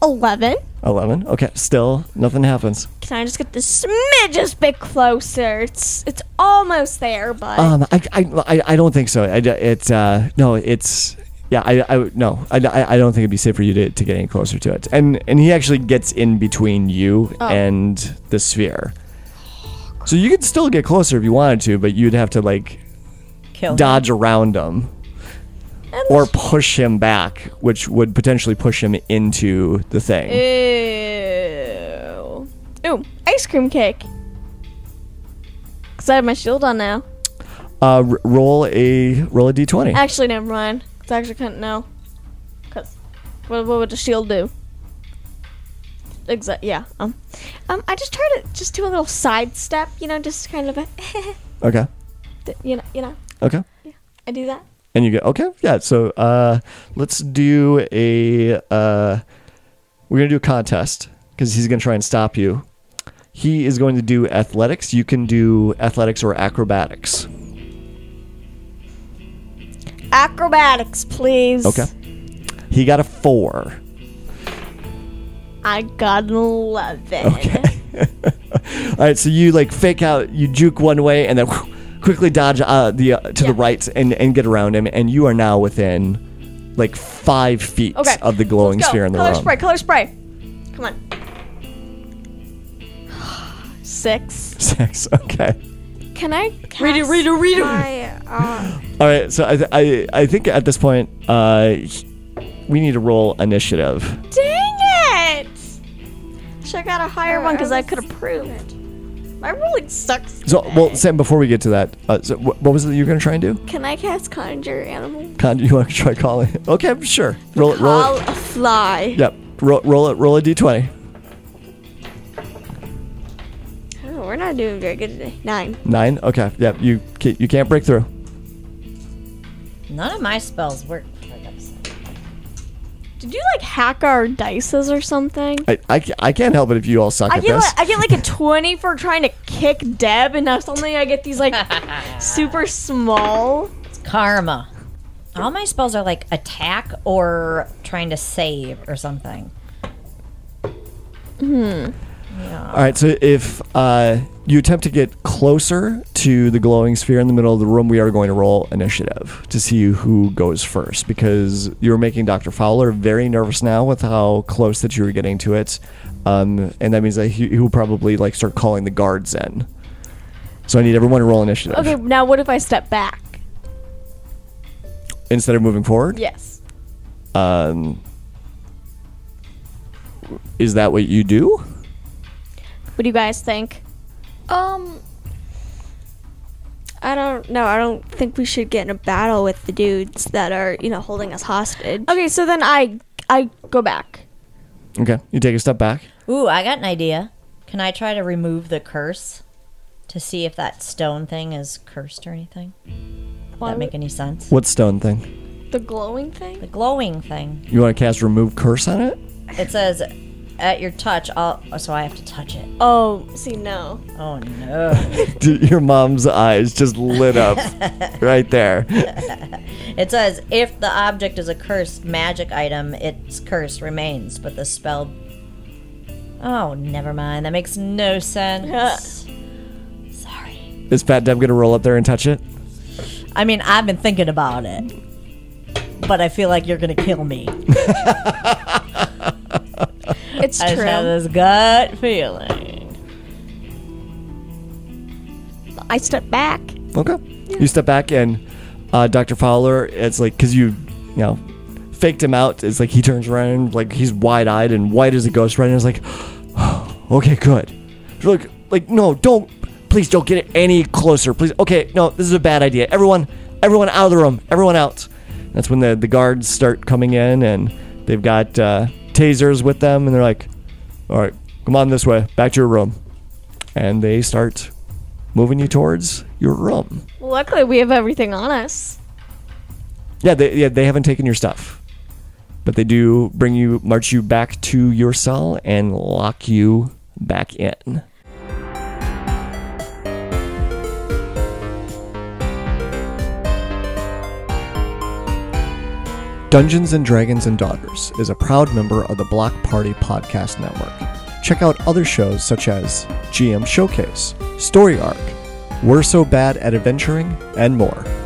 Speaker 8: Eleven.
Speaker 6: 11. Okay, still nothing happens.
Speaker 8: Can I just get the smidgest bit closer? It's it's almost there, but
Speaker 6: Um, I, I, I, I don't think so. I, d- it's, uh, no, it's, yeah, I, I would- no, I, I I don't think it'd be safe for you to, to get any closer to it. And, and he actually gets in between you and the sphere. So you could still get closer if you wanted to, but you'd have to like
Speaker 7: Kill him.
Speaker 6: dodge around him or push him back, which would potentially push him into the thing.
Speaker 8: Ew. Ooh, ice cream cake. Cause I have my shield on now.
Speaker 6: Uh, r- roll a roll a d20.
Speaker 8: Actually, never mind. Cause I actually couldn't know. Cause what, what would the shield do? Exact. Yeah. Um. Um. I just try to just do a little sidestep. You know, just kind of a.
Speaker 6: okay.
Speaker 8: you know. You know.
Speaker 6: Okay.
Speaker 8: I do that.
Speaker 6: And you go okay. Yeah. So uh, let's do a uh, we're gonna do a contest because he's gonna try and stop you. He is going to do athletics. You can do athletics or acrobatics.
Speaker 8: Acrobatics, please.
Speaker 6: Okay. He got a four.
Speaker 8: I got an eleven.
Speaker 6: All right. So you like fake out. You juke one way and then quickly dodge uh, the uh, to the right and and get around him. And you are now within like five feet
Speaker 8: Okay.
Speaker 6: of the glowing
Speaker 8: Let's go.
Speaker 6: sphere in the
Speaker 8: color
Speaker 6: room.
Speaker 8: spray. Color spray. Come on. Six.
Speaker 6: Six. Okay.
Speaker 8: Can I read it? Read it. Read it.
Speaker 6: All right. So I, th- I, I think at this point, uh, we need to roll initiative.
Speaker 8: Dang it! Should I got a higher one because I could have proved. My rolling sucks.
Speaker 6: So, well, Sam, before we get to that, uh, so wh- what was it you were going to try and do?
Speaker 8: Can I cast conjure animal?
Speaker 6: Con, you want to try calling? Okay, sure. Roll it. Roll
Speaker 8: Call
Speaker 6: it.
Speaker 8: a fly.
Speaker 6: Yep. Roll, roll it. Roll a d20.
Speaker 8: Oh, we're not doing very good today. Nine.
Speaker 6: Nine. Okay. Yep. You ca- you can't break through.
Speaker 7: None of my spells work. for like upset.
Speaker 8: Did you like hack our dices or something?
Speaker 6: I, I, ca- I can't help it if you all suck
Speaker 8: I
Speaker 6: at
Speaker 8: get
Speaker 6: this.
Speaker 8: like, I get like a twenty for trying to kick Deb, and now suddenly I get these like super small.
Speaker 7: It's Karma. All my spells are like attack or trying to save or something.
Speaker 6: All right, so if uh, you attempt to get closer to the glowing sphere in the middle of the room, we are going to roll initiative to see who goes first because you're making Dr. Fowler very nervous now with how close that you were getting to it. Um, and that means that he, he will probably like start calling the guards in. So I need everyone to roll initiative
Speaker 8: Okay, now what if I step back?
Speaker 6: instead of moving forward.
Speaker 8: Yes.
Speaker 6: Um, is that what you do?
Speaker 8: What do you guys think?
Speaker 2: Um, I don't know. I don't think we should get in a battle with the dudes that are, you know, holding us hostage.
Speaker 8: Okay, so then I I go back.
Speaker 6: Okay, you take a step back.
Speaker 7: Ooh, I got an idea. Can I try to remove the curse to see if that stone thing is cursed or anything? Does that make any sense?
Speaker 6: What stone thing?
Speaker 8: The glowing thing?
Speaker 7: The glowing thing.
Speaker 6: You want to cast remove curse on it?
Speaker 7: It says at your touch. All oh, so I have to touch it.
Speaker 8: Oh, see no.
Speaker 7: Oh no!
Speaker 6: Dude, your mom's eyes just lit up right there.
Speaker 7: It says if the object is a cursed magic item, its curse remains, but the spell. Oh, never mind. That makes no sense. Sorry.
Speaker 6: Is Fat Deb gonna roll up there and touch it?
Speaker 7: I mean, I've been thinking about it, but I feel like you're gonna kill me.
Speaker 8: It's
Speaker 7: I just have
Speaker 8: true.
Speaker 7: this gut feeling.
Speaker 8: I step back.
Speaker 6: Okay. You step back and uh, Dr. Fowler, it's like because you, you know, faked him out. It's like he turns around, like he's wide eyed and white as a ghost, right? And it's like, okay, good. You're like, like no, don't, please don't get any closer, please. Okay, no, this is a bad idea. Everyone, everyone out of the room. Everyone out. That's when the the guards start coming in and they've got uh, tasers with them, and they're like, all right, come on this way, back to your room, and they start moving you towards your room.
Speaker 8: Luckily we have everything on us.
Speaker 6: Yeah, they yeah, they haven't taken your stuff. But they do bring you march you back to your cell and lock you back in. Dungeons and Dragons and Daughters is a proud member of the Block Party Podcast Network. Check out other shows such as GM Showcase, Story Arc, We're So Bad at Adventuring, and more.